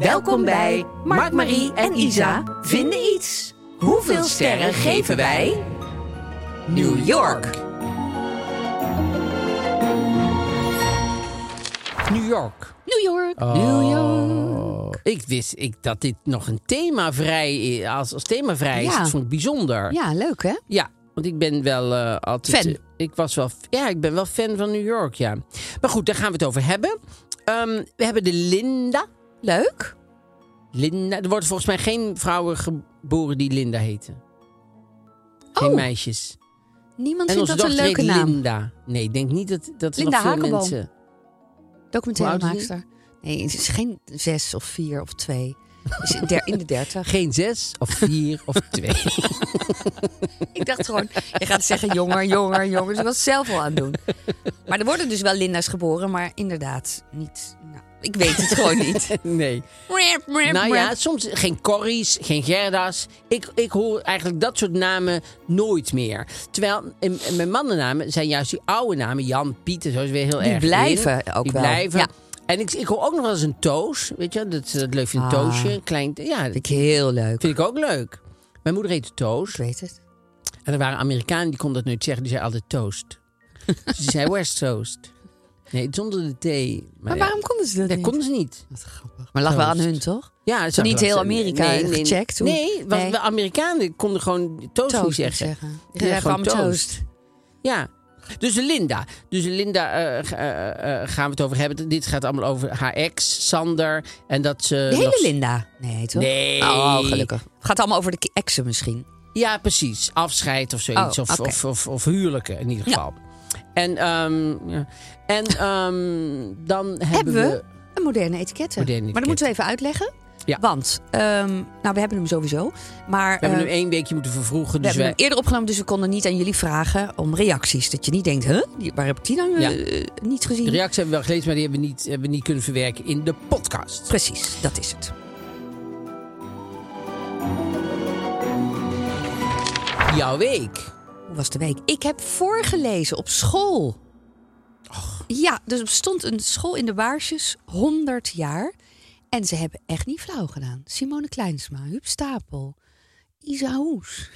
Welkom bij Mark, Marie en Isa vinden iets. Hoeveel sterren geven wij? New York. New York. New York. New York. Ik wist ik, dat dit nog een thema vrij is. Als, als thema vrij is, Ja. dat vond ik bijzonder. Ja, leuk hè? Ja, want ik ben wel eh, altijd... Fan. eh, ik was wel... Ja, ik ben wel fan van New York, ja. Maar goed, daar gaan we het over hebben. Ehm, we hebben de Linda. Leuk. Linda. Er worden volgens mij geen vrouwen geboren die Linda heten. Geen Oh. meisjes. Niemand en vindt onze dat een dochter leuke heet naam. Linda. Nee, ik denk niet dat, dat er Linda nog veel Hakenboom. mensen... Hoe oud is Documentairemaakster. Nee, het is geen zes of vier of twee. Het is in der- in de dertig. Geen zes of vier of twee. Ik dacht gewoon, je gaat zeggen jonger, jonger, jonger. Dus ik was zelf al aan het doen. Maar er worden dus wel Linda's geboren, maar inderdaad niet. Nou, ik weet het gewoon niet. Nee. Nou ja, soms geen Corries, geen Gerda's. Ik, ik hoor eigenlijk dat soort namen nooit meer. Terwijl en, en mijn mannennamen zijn juist die oude namen. Jan, Piet en zo is weer heel Die erg. blijven in. ook die wel, Blijven. ja. En ik, ik hoor ook nog wel eens een toos. Weet je, dat, dat leuk vindt een Ah. toosje. een Klein, ja, dat Vind ik heel leuk. vind ik ook leuk. Mijn moeder heette Ik Toos. weet het. En er waren Amerikanen die konden dat nooit zeggen. Die zeiden altijd toast. Dus die zei West Toast. Nee, zonder de T. Maar, Maar ja, waarom konden ze dat dat niet? konden ze niet. Wat grappig. Maar lag wel aan Toast. hun, toch? Ja, dat Toen niet zou heel wel zijn. Amerika gecheckt, hoe- Nee, want Nee. de Amerikanen konden gewoon toast, niet niet zeggen. Die Ja, zeggen gewoon gewoon toast. Ja. Dus Linda. Dus Linda eh, g- eh, eh, gaan we het over hebben. Dit gaat allemaal over haar ex, Sander. En dat ze. De hele nog- Linda. Nee, toch? Nee. Oh, gelukkig. Het gaat allemaal over de ki- exen misschien. Ja, precies. Afscheid of zoiets. Oh, of, oké. of, of, of huwelijken in ieder Ja. geval. En, ehm, ja. en ehm, dan hebben, Hebben we een moderne etiketten. Moderne Maar etiketten. dat moeten we even uitleggen. Ja. Want, ehm, nou, we hebben hem sowieso. Maar We hebben eh, nu één weekje moeten vervroegen. we Dus hebben hem wij, eerder opgenomen, dus we konden niet aan jullie vragen om reacties. Dat je niet denkt, huh? Die- Waar heb ik die nou eh, niet gezien? de reactie hebben we wel gelezen, maar die hebben we niet, hebben we niet kunnen verwerken in de podcast. Precies, dat is het. Jouw week. Hoe was de week? Ik heb voorgelezen op school. Ja, dus er stond een school in de Waarsjes, 100 jaar. En ze hebben echt niet flauw gedaan. Simone Kleinsma, Huub Stapel, Isa Hoes.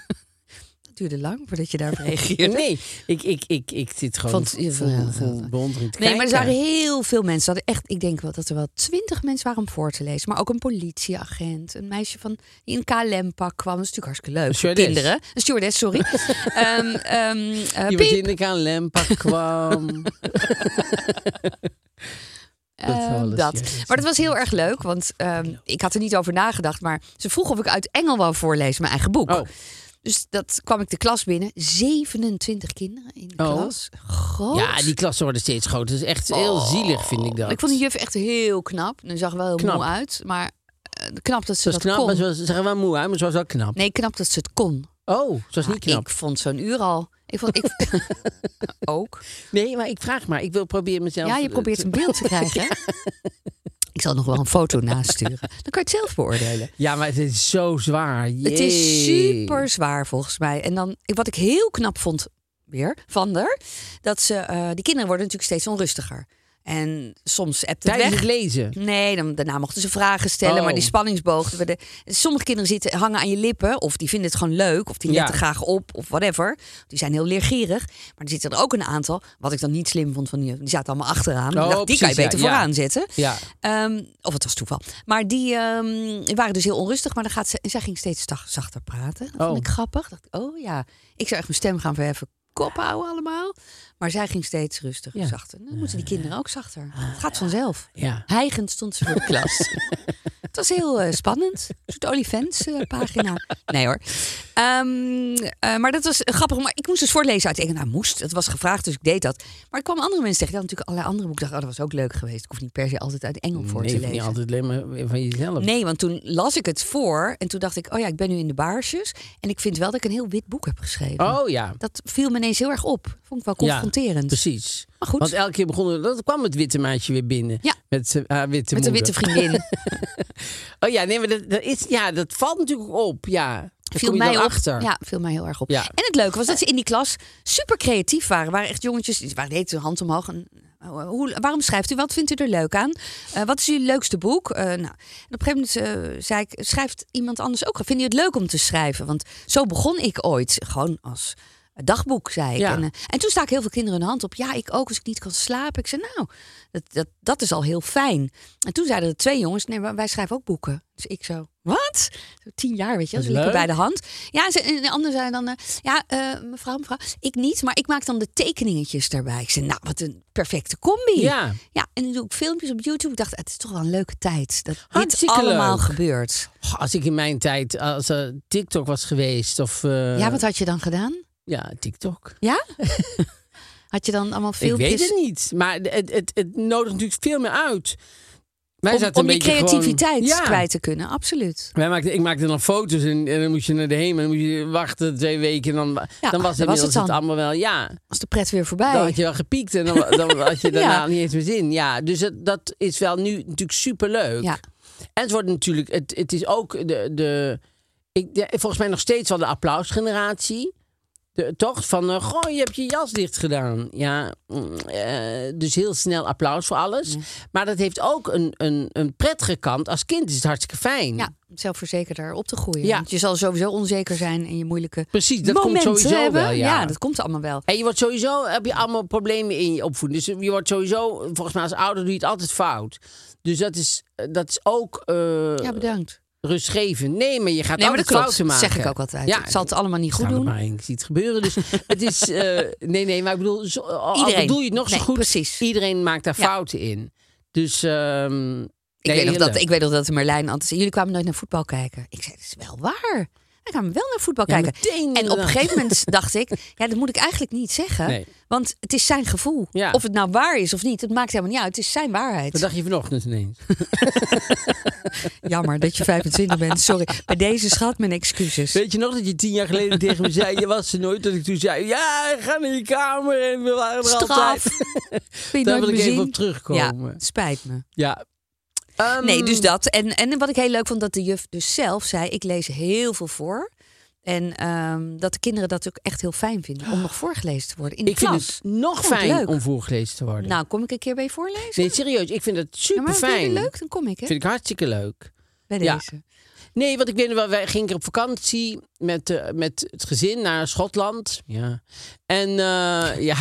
dat duurde lang voordat je daarop reageerde. Nee, ik, ik, ik, ik zit gewoon Vond- ja, vol, ja, vol ja. bewondering te Nee, maar er kijken. waren heel veel mensen. Er Hadden echt, ik denk wel dat er wel twintig mensen waren om voor te lezen. Maar ook een politieagent. Een meisje van, die in een KLM-pak kwam. Dat is natuurlijk hartstikke leuk. Een voor stewardess. Kinderen. Een stewardess, sorry. Ehm ehm eh, Die Piep. Oh, wat in de KLM-pak kwam. dat Ehm, alles, dat. ja, dat Maar dat was heel erg leuk, want ehm, ik had er niet over nagedacht. Maar ze vroeg of ik uit Engel wou voorlezen, mijn eigen boek. Oh, Dus dat kwam ik de klas binnen. 27 kinderen in de Oh. klas. Groot. ja, die klassen worden steeds groter. Dat is echt heel zielig, vind ik dat. Oh. Ik vond die juf echt heel knap. En zag wel heel Knap. moe uit, maar eh, knap dat ze Ze was dat knap, kon. maar ze was, ze was wel moe, hè, maar ze was wel knap. Nee, knap dat ze het kon. Oh, ze was niet Ja, knap. Ik vond zo'n uur al. Ik vond, ik, ook. Nee, maar ik vraag maar. Ik wil proberen mezelf... Ja, je probeert een beeld te krijgen. Ik zal nog wel een foto nasturen. Dan kan je het zelf beoordelen. Ja, maar het is zo zwaar. Het is super zwaar volgens mij. En dan, wat ik heel knap vond weer van er, dat ze, eh, die kinderen worden natuurlijk steeds onrustiger. En soms appt het Tijdens weg. het lezen. Nee, dan, daarna mochten ze vragen stellen, Oh. maar die spanningsboog. we de- Sommige kinderen zitten, hangen aan je lippen, of die vinden het gewoon leuk, of die Ja. letten graag op, of whatever. Die zijn heel leergierig. Maar er zitten er ook een aantal, wat ik dan niet slim vond, van die, die zaten allemaal achteraan. Ik Oh, dacht, die kan je precies, beter ja, ja. vooraan zetten. Ja. Ehm, of het was toeval. Maar die ehm, waren dus heel onrustig. Maar dan gaat ze, en zij ging steeds zag- zachter praten. Dat Oh. vond ik grappig. Dacht, ik, oh ja, ik zou echt mijn stem gaan verheffen. Kop houden allemaal. Maar zij ging steeds rustiger, Ja. Ah. zachter. Dan moeten die kinderen ook zachter. Het gaat vanzelf. Ja. Hijgend stond ze voor de klas. het was heel eh, spannend. Een soort olifants-pagina. nee hoor. Ehm, eh, maar dat was grappig. Maar ik moest dus voorlezen uit. Ik nou, moest. Het was gevraagd, dus ik deed dat. Maar ik kwam andere mensen tegen. Die hadden natuurlijk allerlei andere boeken. Ik dacht, oh, dat was ook leuk geweest. Ik hoef niet per se altijd uit Engel voor Nee, te je hoeft lezen. niet altijd alleen maar van jezelf. Nee, want toen las ik het voor. En toen dacht ik, oh ja, ik ben nu in de baarsjes. En ik vind wel dat ik een heel wit boek heb geschreven. Oh ja. Dat viel me ineens heel erg op. Vond ik wel confronterend. Ja, Dus precies. Maar goed. Want elke keer begonnen, dat kwam het witte meisje weer binnen. Ja. Met eh, haar witte Met een moeder. witte vriendin. Oh ja, nee, maar dat, dat is, ja, dat valt natuurlijk op. Ja. Daar viel kom je mij dan op. achter. Ja, viel mij heel erg op. Ja. En het leuke was dat ze in die klas super creatief waren. Waren echt jongetjes, die waren de hele tijd hand omhoog. En, oh, hoe, waarom schrijft u? Wat vindt u er leuk aan? Eh, wat is uw leukste boek? Eh, nou, en op een gegeven moment eh, zei ik, schrijft iemand anders ook? Vind je het leuk om te schrijven? Want zo begon ik ooit, gewoon als dagboek, zei ik. Ja. En, eh, en toen staak heel veel kinderen hun hand op. Ja, ik ook, als ik niet kan slapen. Ik zei, nou, dat, dat, dat is al heel fijn. En toen zeiden er twee jongens, nee, maar wij schrijven ook boeken. Dus ik zo, wat? Zo tien jaar, weet je wel. Ze Wat liepen leuk. bij de hand. Ja, ze, en de ander zei dan, eh, ja, eh, mevrouw, mevrouw, ik niet, maar ik maak dan de tekeningetjes daarbij. Ik zei, nou, wat een perfecte combi. Ja. Ja, en nu doe ik filmpjes op YouTube. Ik dacht, het is toch wel een leuke tijd dat Hartstikke dit allemaal leuk. gebeurt. Oh, Als ik in mijn tijd, als er TikTok was geweest of... eh, ja, wat had je dan gedaan? Ja, TikTok. Ja? had je dan allemaal Ik filmpjes? weet het niet. Maar het, het, het nodigt natuurlijk veel meer uit. Wij Om, zaten om een die beetje gewoon- creativiteit Ja. kwijt te kunnen, absoluut. Wij maakten, ik maakte dan foto's en, en dan moest je naar de hemel. Dan moest je wachten twee weken. En dan, dan was, Ja, dan was inmiddels het het, dan. allemaal wel. Ja, Als de pret weer dan voorbij. had je wel gepiekt en dan, dan had je daarna Ja. niet eens meer zin. Ja, dus dat, dat is wel nu natuurlijk superleuk. Ja. En het wordt natuurlijk, het, het is ook de, de, ik, de- volgens mij nog steeds wel de applausgeneratie. De, toch? Van, eh, goh, je hebt je jas dicht gedaan. Ja, mm, eh, dus heel snel applaus voor alles. Maar dat heeft ook een, een, een prettige kant. Als kind is het hartstikke fijn. Ja, om zelfverzekerder op te groeien. Ja. Want je zal sowieso onzeker zijn en je moeilijke Precies, dat momenten komt sowieso hebben. wel. ja, dat komt allemaal wel. En je wordt sowieso, heb je allemaal problemen in je opvoeding. Dus je wordt sowieso, volgens mij als ouder doe je het altijd fout. Dus dat is, dat is ook eh Ja, bedankt. rustgevend. Nee, maar je gaat Nee, maar altijd dat klopt. fouten Dat maken. zeg ik ook altijd. Ik zal het allemaal niet staan goed doen. er maar in. Ik zie het gebeuren. Dus het is, eh, nee, nee, maar ik bedoel, zo, al Iedereen. bedoel je het nog Nee, zo goed. precies. Iedereen maakt daar Ja. fouten in. Dus, ehm Ik, weet nog dat, ik weet nog dat Merlijn altijd zei, jullie kwamen nooit naar voetbal kijken. Ik zei, dat is wel waar. Wij kwamen wel naar voetbal Ja, kijken. meteen en op een inderdaad. gegeven moment dacht ik, ja, dat moet ik eigenlijk niet zeggen. Nee. Want het is zijn gevoel. Ja. Of het nou waar is of niet, het maakt helemaal niet uit. Het is zijn waarheid. Wat dacht je vanochtend ineens? Jammer dat je 25 bent. Sorry. Bij deze schat mijn excuses. Weet je nog dat je tien jaar geleden tegen me zei, je was er nooit. Dat ik toen zei, ja, ga naar je kamer en we waren er Straf. altijd. Wil Daar je nooit wil ik meer even zien? op terugkomen. Ja, spijt me. Ja. Ehm, Nee, dus dat. En, en wat ik heel leuk vond, dat de juf dus zelf zei... ik lees heel veel voor. En ehm, dat de kinderen dat ook echt heel fijn vinden... om nog voorgelezen te worden in de ik klas. vind het nog Vond ik fijn leuk. om voorgelezen te worden. Nou, kom ik een keer bij je voorlezen? nee, serieus, ik vind het Ja, maar super vind je fijn. het leuk? Dan kom ik, hè? Vind ik hartstikke leuk. Bij ja. deze. Nee, want ik weet nog wel, wij gingen op vakantie met, eh, met het gezin naar Schotland. Ja. En eh, ja.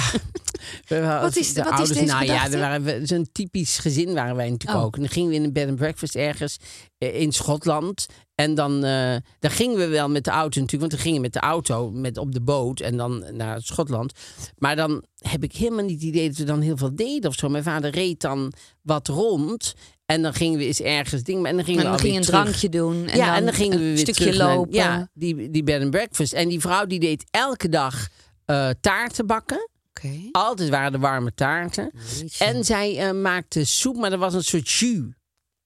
we waren- Wat is- de wat is ouders, deze nou ja, gedachte? daar waren we, zo'n typisch gezin waren wij natuurlijk Oh. ook. En dan gingen we in een bed and breakfast ergens eh, in Schotland. En dan, eh dan gingen we wel met de auto natuurlijk, want we gingen met de auto met op de boot en dan naar Schotland. Maar dan heb ik helemaal niet het idee dat we dan heel veel deden of zo. Mijn vader reed dan wat rond en dan gingen we eens ergens ding. En dan gingen we En dan alweer ging je een terug drankje doen. En ja, dan en dan gingen we een weer stukje terug naar- lopen. ja, die, die bed and breakfast. En die vrouw die deed elke dag eh, taarten bakken. Oké. Altijd waren er warme taarten. Jeetje. En zij eh, maakte soep, maar er was een soort jus.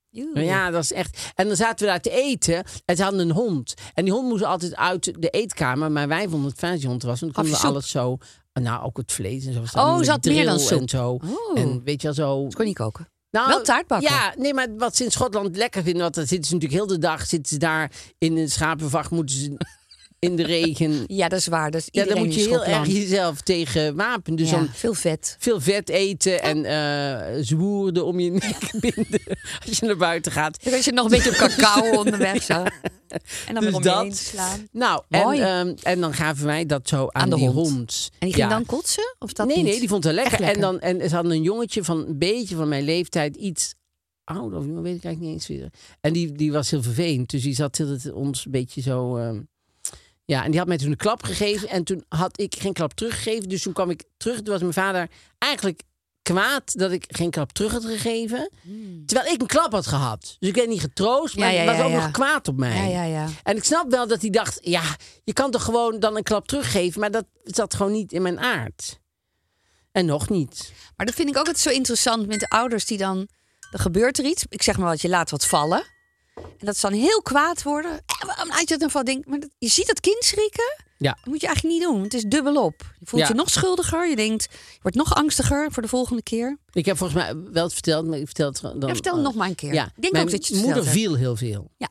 Joe. Ja, dat is echt. En dan zaten we daar te eten. En ze hadden een hond. En die hond moest altijd uit de eetkamer. Maar wij vonden het fijn dat die hond er was. Want dan Gaf je konden we soep? alles zo. Nou, ook het vlees en zo. was Oh, dan ze had meer dan drill soep. En zo. Oh. En weet je wel zo. Ik kon niet koken. Nou, Wel taartbakken. Ja, nee, maar wat ze in Schotland lekker vinden, want dan zitten ze natuurlijk heel de dag zitten ze daar in een schapenvacht, moeten ze in de regen. Ja, dat is waar. Dat is Ja, dan iedereen moet je in heel erg Schotland. jezelf tegen wapenen. Dus Ja, dan veel vet. veel vet eten en eh zwoerden om je nek binden als je naar buiten gaat. Dus als je nog een beetje op cacao onderweg zou. En Dus dan weer om je dat. heen slaan. Nou, en, Mooi. ehm, en dan gaven wij dat zo aan, Aan de die hond. hond. En die Ja. ging dan kotsen? Of dat nee, niet? nee, die vond het lekker. Echt lekker. En, dan, en ze hadden een jongetje van een beetje van mijn leeftijd, iets ouder of jonger, weet ik eigenlijk niet eens weer. En die, die was heel vervelend, dus die zat heel de tijd ons een beetje zo... ehm, ja, en die had mij toen een klap gegeven en toen had ik geen klap teruggegeven. Dus toen kwam ik terug, toen was mijn vader eigenlijk kwaad dat ik geen klap terug had gegeven. Terwijl ik een klap had gehad. Dus ik werd niet getroost, maar Hmm. Ja, ja, hij was ja, ook ja. nog kwaad op mij. Ja, ja, ja. En ik snap wel dat hij dacht, ja, je kan toch gewoon dan een klap teruggeven. Maar dat zat gewoon niet in mijn aard. En nog niet. Maar dat vind ik ook altijd zo interessant met de ouders die dan... Er gebeurt er iets. Ik zeg maar wat, je laat wat vallen. En dat ze dan heel kwaad worden. Eh, waarom laat je dat dan vallen? Denk, maar dat- je ziet dat kind schrikken. Ja. Dat moet je eigenlijk niet doen. Het is dubbel op. Je voelt Ja. je nog schuldiger. Je denkt, je wordt nog angstiger voor de volgende keer. Ik heb volgens mij wel het verteld, maar ik vertel het dan... eh, Ja, vertel het nog maar een keer. Ja, Ik denk mijn ook dat je het moeder verteld hebt. viel heel veel. Ja.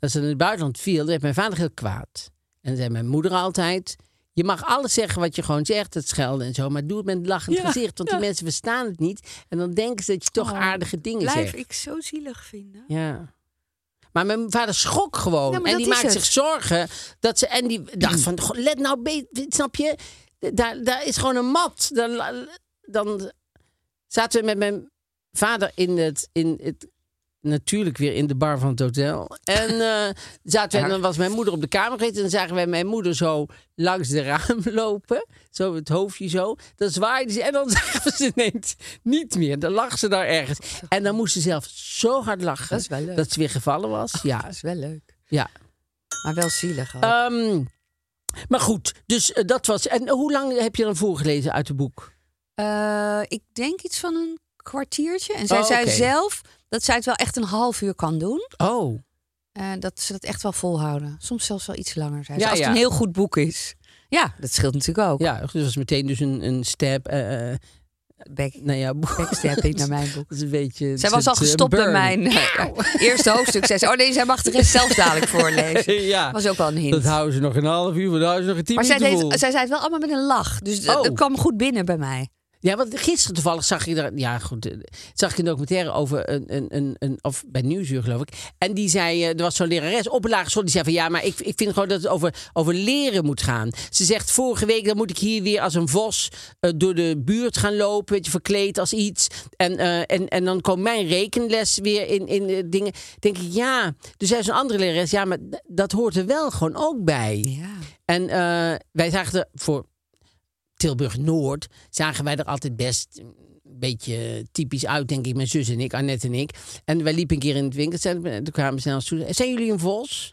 Als ze in het buitenland viel, dan werd mijn vader heel kwaad. En dan zei mijn moeder altijd... Je mag alles zeggen wat je gewoon zegt, het schelden en zo. Maar doe het met een lachend gezicht, want die mensen verstaan het niet. En dan denken ze dat je toch aardige dingen zegt. Oh, Blijf ik zo zielig vinden. Ja. Maar mijn vader schrok gewoon. Ja, maar en dat die is maakt het. zich zorgen. Dat ze, en die dacht van, "Goh, let nou beter, snap je? Daar, daar is gewoon een mat. Dan, dan zaten we met mijn vader in het, in het... Natuurlijk weer in de bar van het hotel. En, eh, zaten we, en dan was mijn moeder op de kamer geweest. En dan zagen wij mijn moeder zo langs de raam lopen. Zo het hoofdje zo. Dan zwaaide ze. En dan zagen we ze ineens niet meer. Dan lag ze daar ergens. En dan moest ze zelf zo hard lachen. Dat is wel leuk. Dat ze weer gevallen was. Ja. Dat is wel leuk. ja. Maar wel zielig. ook. Ehm, maar goed, dus eh, dat was. En hoe lang heb je dan voorgelezen uit het boek? Eh, ik denk iets van een kwartiertje. En zij Oh, zei oké. zelf dat zij het wel echt een half uur kan doen. Oh. En Eh, dat ze dat echt wel volhouden. Soms zelfs wel iets langer. Zei ze. Ja, Als ja. het een heel goed boek is. Ja, dat scheelt natuurlijk ook. Ja, dus dat was meteen dus een, een stab. eh eh, Back, naar jouw boek. backstabbing naar mijn boek. Dat is een beetje. Zij was al het, eh, gestopt bij burn. mijn eerste hoofdstuk. Zei ze, oh nee, zij mag de rest zelf dadelijk voorlezen. ja. was ook wel een hint. Dat houden ze nog een half uur, dat houden ze nog een tien maar zij, minuten deed, vol. zij zei het wel allemaal met een lach. Dus dat- Oh. dat kwam goed binnen bij mij. Ja, want gisteren toevallig zag je er, ja goed, eh, zag ik een documentaire over een, een, een, een of bij Nieuwsuur geloof ik. En die zei, eh, er was zo'n lerares op een lagere school, die zei van ja, maar ik, ik vind gewoon dat het over, over leren moet gaan. Ze zegt vorige week, dan moet ik hier weer als een vos eh, door de buurt gaan lopen, weet je, verkleed als iets. En, eh, en, en dan komt mijn rekenles weer in, in eh, dingen. Denk ik, ja, dus zij is een andere lerares, ja, maar d- dat hoort er wel gewoon ook bij. Ja. En eh, wij zagen er voor Tilburg Noord zagen wij er altijd best een beetje typisch uit, denk ik. Mijn zus en ik, Annette en ik. En wij liepen een keer in het winkelcentrum en toen kwamen ze naar ons toe. Zijn jullie een vos?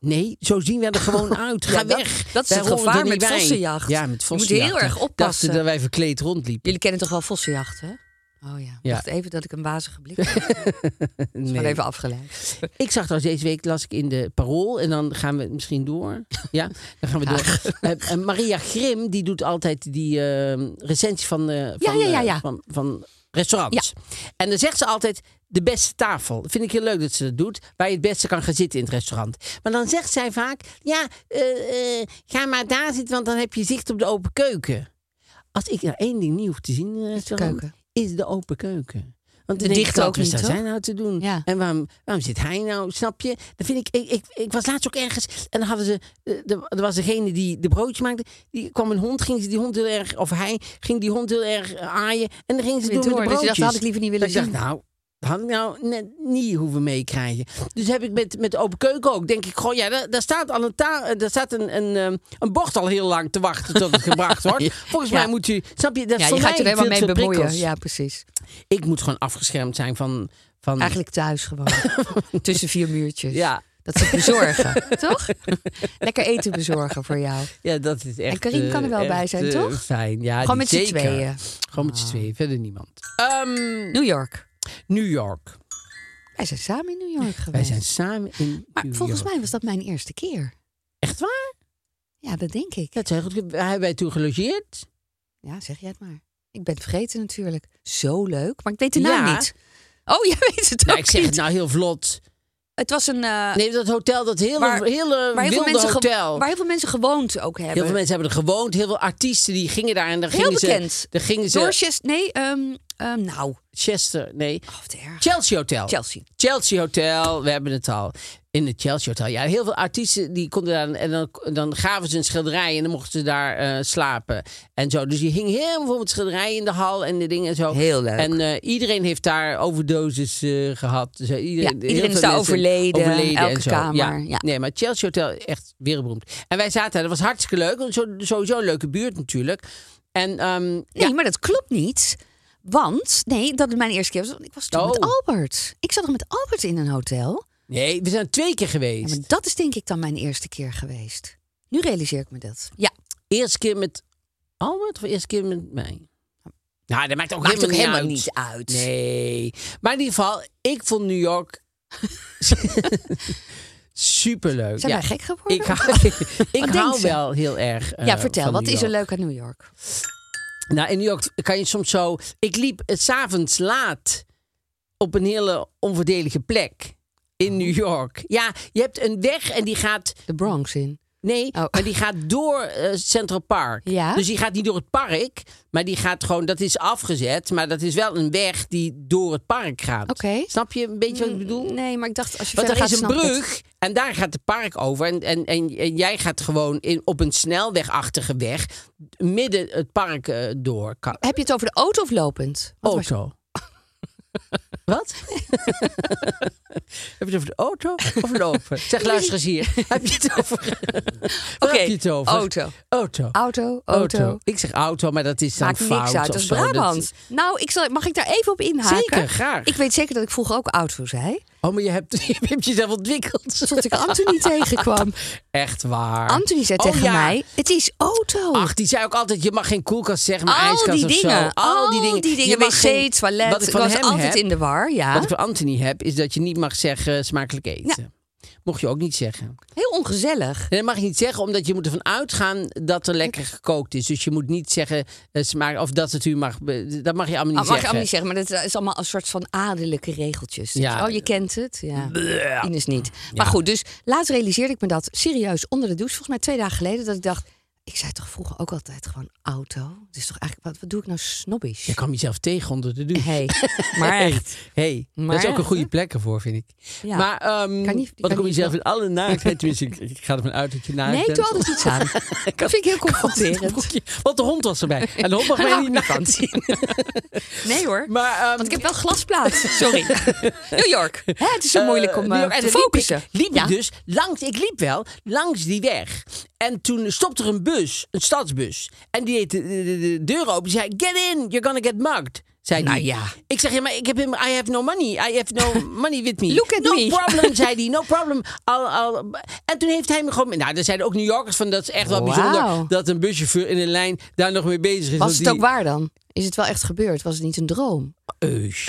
Nee, zo zien wij er gewoon uit. Ga Oh. Ja, dat- weg. dat is Wij het horen gevaar er niet met bij. vossenjacht. Ja, met Je moet heel vossenjacht. erg oppassen. Dachten dat wij verkleed rondliepen. Jullie kennen toch wel vossenjacht, hè? Oh ja. Ik Ja. dacht even dat ik een wazige blik had. Nee. Gewoon even afgeleid. Ik zag trouwens deze week, las ik in de Parool. En dan gaan we misschien door. Ja, dan gaan we door. Eh, eh, Maria Grim, die doet altijd die eh, recensie van, eh, van, ja, ja, eh, ja. van, van restaurants. En dan zegt ze altijd de beste tafel. Vind ik heel leuk dat ze dat doet. Waar je het beste kan gaan zitten in het restaurant. Maar dan zegt zij vaak, ja, eh, eh, ga maar daar zitten. Want dan heb je zicht op de open keuken. Als ik nou één ding niet hoef te zien in een restaurant, keuken. is de open keuken. Want De dan denk ik, dichter ook wat is niet, daar toch? zijn nou te doen? Ja. En waarom, waarom zit hij nou? Snap je? Dan vind ik, ik, ik, ik was laatst ook ergens en dan hadden ze, eh, er er was degene die de broodjes maakte, die kwam een hond, ging ze die hond heel erg, of hij ging die hond heel erg eh, aaien en dan gingen ze Weer doen met de door, dus je dacht, broodjes. dat had ik liever niet willen Dat ik dacht, zien. nou, dat had ik nou net niet hoeven meekrijgen. Dus heb ik met, met de open keuken ook, denk ik, goh, ja, daar, daar staat, al een, ta- eh, daar staat een, een, ehm, een bord al heel lang te wachten tot het gebracht wordt. Volgens Ja. mij moet u, snap je, dat is Ja, voor je gaat je er mij helemaal mee veel te veel bemoeien. prikkels. Ja, precies. Ik moet gewoon afgeschermd zijn van... van Eigenlijk thuis gewoon. Tussen vier muurtjes. Mm. Ja. Dat ze het bezorgen, toch? Lekker eten bezorgen voor jou. Ja, dat is echt. Karin kan er eh, wel bij echt, zijn, eh, toch? Fijn, ja. Gewoon die- met z'n zeker. tweeën. Ah. Gewoon met z'n tweeën, verder niemand. Ehm, New York. New York. Wij zijn samen in New York geweest. Wij zijn samen in. maar New volgens York. mij was dat mijn eerste keer. Echt waar? Ja, dat denk ik. Dat is heel goed. Hebben wij toen gelogeerd? Ja, zeg jij het maar. Ik ben het vergeten natuurlijk. zo leuk. Maar ik weet de naam Ja. niet. Oh, jij weet het ook Nou, ik zeg niet. het nou heel vlot. Het was een... eh, Nee, dat hotel, dat hele, waar, hele waar heel veel eh, wilde mensen ge- hotel. Waar heel veel mensen gewoond ook hebben. Heel veel mensen hebben er gewoond. Heel veel artiesten die gingen daar. En daar Heel gingen bekend. Ze, daar gingen ze... Dorchester... Nee, ehm, ehm, nou. Chester, nee. Oh, wat erg. Chelsea Hotel. Chelsea. Chelsea Hotel, we hebben het al. In het Chelsea Hotel. Ja, heel veel artiesten die konden daar en dan, dan gaven ze een schilderij en dan mochten ze daar eh, slapen. En zo. Dus die hing helemaal vol met schilderijen in de hal en de dingen en zo. Heel leuk. En eh, iedereen heeft daar overdosis eh, gehad. Dus, eh, ieder- Ja, heel iedereen veel is daar mensen overleden, elke en zo. kamer, Ja. ja. Nee, maar Chelsea Hotel echt wereldberoemd. En wij zaten daar, dat was hartstikke leuk. Zo- Sowieso een leuke buurt natuurlijk. En ehm, Nee, ja, maar dat klopt niet. Want, nee, dat is mijn eerste keer. was, want Ik was toen Oh. met Albert. Ik zat nog met Albert in een hotel. nee, we zijn twee keer geweest. Ja, maar dat is denk ik dan mijn eerste keer geweest. Nu realiseer ik me dat. Ja, Eerste keer met Albert of eerste keer met mij? Nou, dat maakt ook maakt ook helemaal uit. niet uit. Nee. Maar in ieder geval, ik vond New York superleuk. Zijn ja. wij gek geworden? Ik hou, ik denkt hou ze? wel heel erg. eh, ja, vertel, van wat New is er York. leuk aan New York? Nou, in New York kan je soms zo. Ik liep het s'avonds laat op een hele onverdelige plek Oh. in New York. Ja, je hebt een weg en die gaat De Bronx in. Nee, Oh. maar die gaat door eh, Central Park. Ja? Dus die gaat niet door het park, maar die gaat gewoon, dat is afgezet, maar dat is wel een weg die door het park gaat. Oké. Snap je een beetje wat ik bedoel? Nee, maar ik dacht als je Want verder er gaat is een snap ik brug en daar gaat het park over. En, en, en, en jij gaat gewoon in, op een snelwegachtige weg midden het park eh, door. Ka- het. Heb je het over de auto of lopend? Wat was- auto. Wat? Heb je het over de auto of lopen? Zeg, luister eens hier. Heb je het over... Waar Oké, heb je het over? auto. Auto. Auto, auto. Ik zeg auto, maar dat is dan Maakt fout niks uit, dat of is zo. Dat- Brabant. Nou, ik zal, mag ik daar even op inhaken? Zeker, graag. Ik weet zeker dat ik vroeger ook auto zei. Oh, maar je hebt, je hebt jezelf ontwikkeld. Tot ik Anthony tegenkwam. Echt waar. Anthony zei Oh, tegen ja. mij, het is auto. Ach, die zei ook altijd, je mag geen koelkast zeggen, maar Al ijskast die of zo. dingen, al die dingen. Je mag wc, geen- toilet. Wat ik van was hem altijd heb, in de war, ja. Wat ik van Anthony heb, is dat je niet mag zeggen smakelijk eten. Mocht je ook niet zeggen. Heel ongezellig. En dat mag je niet zeggen, omdat je moet ervan uitgaan dat er lekker gekookt is. Dus je moet niet zeggen, eh, smaak, of dat het u mag... be- Dat mag je allemaal niet Ah, mag je zeggen. allemaal niet zeggen, maar dat is allemaal een soort van adellijke regeltjes. Dat Ja. je- Oh, je kent het? Ja. Ines niet. Maar goed, dus laatst realiseerde ik me dat serieus onder de douche, volgens mij twee dagen geleden, dat ik dacht, ik zei toch vroeger ook altijd gewoon auto? Het is toch eigenlijk, wat, wat doe ik nou snobbish? Je kwam jezelf tegen onder de douche. Hey, maar echt. Hey, Maar dat is ook een echt, goede hè? plek ervoor, vind ik. Ja. Maar ehm Kan niet- wat kan kom je niet zelf wel. in alle naaktheid? Tenminste, ik, ik ga ervan uit dat je naakt Nee, ik bent. doe altijd iets aan. dat vind ik heel Een confronterend. broekje, Want de hond was erbij. En de hond mag mij hou niet ik niet van. naakt zien. Nee hoor. Maar, ehm, Want ik heb wel glasplaat. Sorry. New York. Hè, het is zo moeilijk om New eh, York. En te dan liep focussen. Ik, liep ik Ja. dus langs, ik liep wel langs die weg. En toen stopte er een bus, een stadsbus. En die deed de, de- de- de deur open. Die zei: Get in, you're gonna get mugged. Zei Nou die. ja. Ik zeg: ja, maar ik heb hem, I have no money. I have no money with me. Look at no me. problem, zei hij. No problem. Al, al. En toen heeft hij me gewoon. Nou, er zijn ook New Yorkers van dat is echt wel bijzonder. Wauw. Dat een buschauffeur in een lijn daar nog mee bezig is. Was want het die- ook waar dan? Is het wel echt gebeurd? Was het niet een droom? Eus.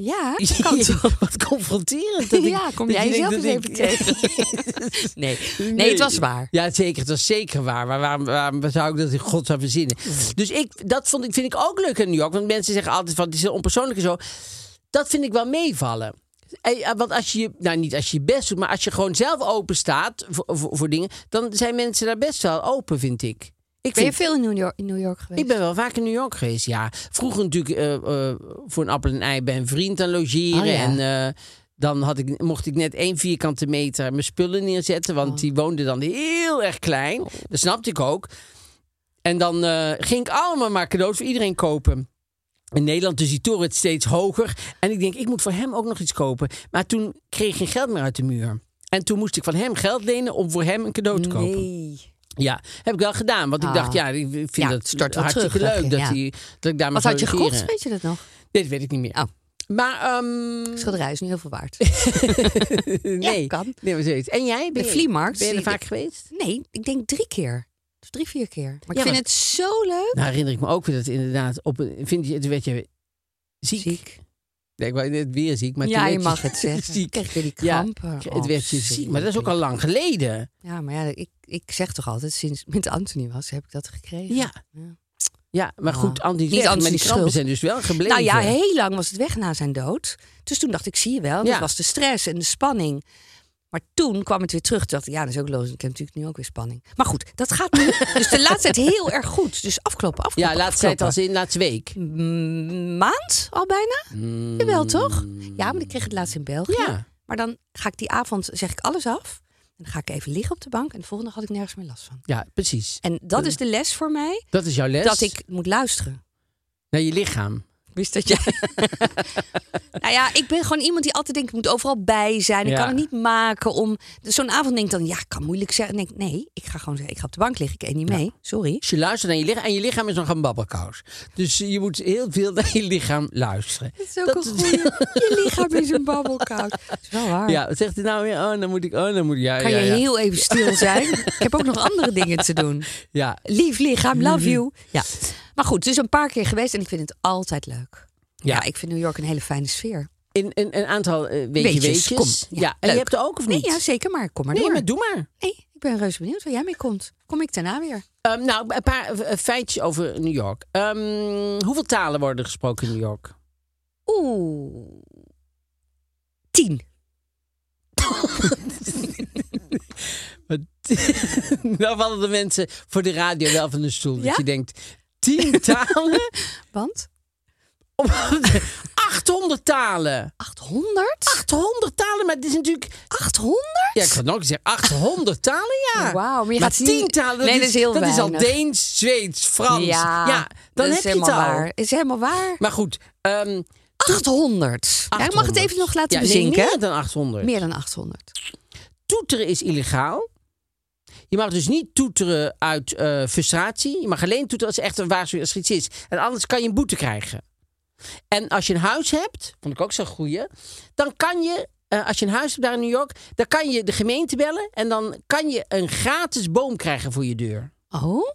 Ja, kan Ja, Wat confronterend. dat ik- Ja, kom dat jij je denkt jezelf eens dat even ik- Nee. nee, het was waar. Ja, zeker. Het was zeker waar. Maar waarom, waarom zou ik dat in godsnaam verzinnen? Dus ik, dat vond, ik- vind ik ook leuk in New York. Want mensen zeggen altijd van, het is heel onpersoonlijk en zo. Dat vind ik wel meevallen. Eh, eh, Want als je, je- nou niet als je je best doet, maar als je gewoon zelf open staat voor, voor, voor dingen, dan zijn mensen daar best wel open, vind ik. Ik Ben je vind veel in New York, in New York geweest? ik ben wel vaak in New York geweest, ja. Vroeger natuurlijk eh, eh, voor een appel en ei bij een vriend aan logeren. Oh, ja. En eh, dan had ik, mocht ik net één vierkante meter mijn spullen neerzetten. Oh. Want die woonde dan heel erg klein. Dat snapte ik ook. En dan eh, ging ik allemaal maar cadeaus voor iedereen kopen. In Nederland is die toren steeds hoger. En ik denk, ik moet voor hem ook nog iets kopen. Maar toen kreeg ik geen geld meer uit de muur. En toen moest ik van hem geld lenen om voor hem een cadeau te kopen. Nee. Ja, heb ik wel gedaan. Want ik Ah. dacht, ja, ik vind Ja, dat stort wel hartstikke terug, leuk dacht je, dat, ja. die, dat ik Hmm. daar maar Wat had je zou gekocht? logeren. Weet je dat nog? eh, Nee, dat weet ik niet meer. Oh. Maar, ehm Schilderij is nu heel veel waard. nee. kan. Nee, maar zoiets. En jij? Ben De je- vleemarkt. Ben je er Die- vaak geweest? Nee, ik denk drie keer. Dus drie, vier keer. Maar ik Ja, vind maar- het zo leuk. Nou, herinner ik me ook weer dat inderdaad op een... Vind je, toen werd je ziek. Nee, ik was net weer ziek, maar toen ja, werd je mag het zeggen. ziek. Ik kreeg weer die Ja, krampen. Oh, het werd je ziek, maar dat is ook al lang geleden. Ja, maar ja, ik, ik zeg toch altijd, sinds ik met Anthony was, heb ik dat gekregen. Ja. Ja, maar goed, Andy is Niet weg, Andy maar zijn die krampen schuld. zijn dus wel gebleven. Nou ja, heel lang was het weg na zijn dood. Dus toen dacht ik, zie je wel, dat Ja. was de stress en de spanning. Maar toen kwam het weer terug. Toen dacht ik, ja, dat is ook logisch. Ik heb natuurlijk nu ook weer spanning. Maar goed, dat gaat nu dus de laatste tijd heel erg goed. Dus afkloppen, ja afkloppen, laatst tijd als afkloppen. in laatst week. Hm. Mm, maand al bijna? Jawel, toch? Ja, maar ik kreeg het laatst in België. Mm. Ja. Maar dan ga ik die avond, zeg ik alles af. En dan ga ik even liggen op de bank. En de volgende dag had ik nergens meer last van. Ja, precies. En dat is de les voor mij. Dat is jouw les. Dat ik moet luisteren. Naar je lichaam. Wist dat jij? nou ja, ik ben gewoon iemand die altijd denkt, ik moet overal bij zijn. Ik Ja. kan het niet maken om... Dus zo'n avond denk ik dan, ja, ik kan moeilijk zeggen. En denk ik, nee, ik ga gewoon zeggen, ik ga op de bank liggen. Ik eet niet mee, sorry. Dus je luistert naar je lichaam en je lichaam is nog een babbelkous. Dus je moet heel veel naar je lichaam luisteren. Dat is ook een goeie. Je lichaam is een babbelkoud. Dat is wel waar. Ja, wat zegt hij nou weer? Oh, dan moet ik, oh, dan moet ik. Ja, Ah. Kan ja, je ja. heel even stil zijn? ik heb ook nog andere dingen te doen. Ja, Lief lichaam, love you. Ja. Maar goed, dus een paar keer geweest en ik vind het altijd leuk. Ja, Ja. ik vind New York een hele fijne sfeer. in, in een aantal eh, weetje Weetjes, weetjes. kom. Ja, Ja, en je leuk. hebt er ook of Nee, niet? ja, zeker, maar kom maar nee door. maar doe maar. Nee, ik ben reuze benieuwd waar jij mee komt. Kom ik daarna weer? Ehm, nou, een paar eh, feitjes over New York. Ehm, hoeveel talen worden gesproken in New York? Oeh. Tien. Wat- nou vallen de mensen voor de radio wel van de stoel. Dat Ja? je denkt, tien talen? Want? 800 talen! 800? 800 talen, maar het is natuurlijk... 800? Ja, ik had nog zeggen, 800 talen, ja. Oh, Wauw, maar je gaat ze tien niet- talen, dat, Nee, is, dat is heel dat is al weinig. Deens, Zweeds, Frans. Ja, dan dat heb is je het helemaal al. waar. Is helemaal waar. Maar goed, ehm 800. Ja, ik mag 800. het even nog laten ja, nee, bezinken. meer dan 800. Meer dan 800. toeteren is illegaal. Je mag dus niet toeteren uit eh, frustratie. Je mag alleen toeteren als er echt een waarschuwing als er iets is. En anders kan je een boete krijgen. En als je een huis hebt, vond ik ook zo'n goeie, dan kan je, eh, als je een huis hebt daar in New York, dan kan je de gemeente bellen en dan kan je een gratis boom krijgen voor je deur. Oh?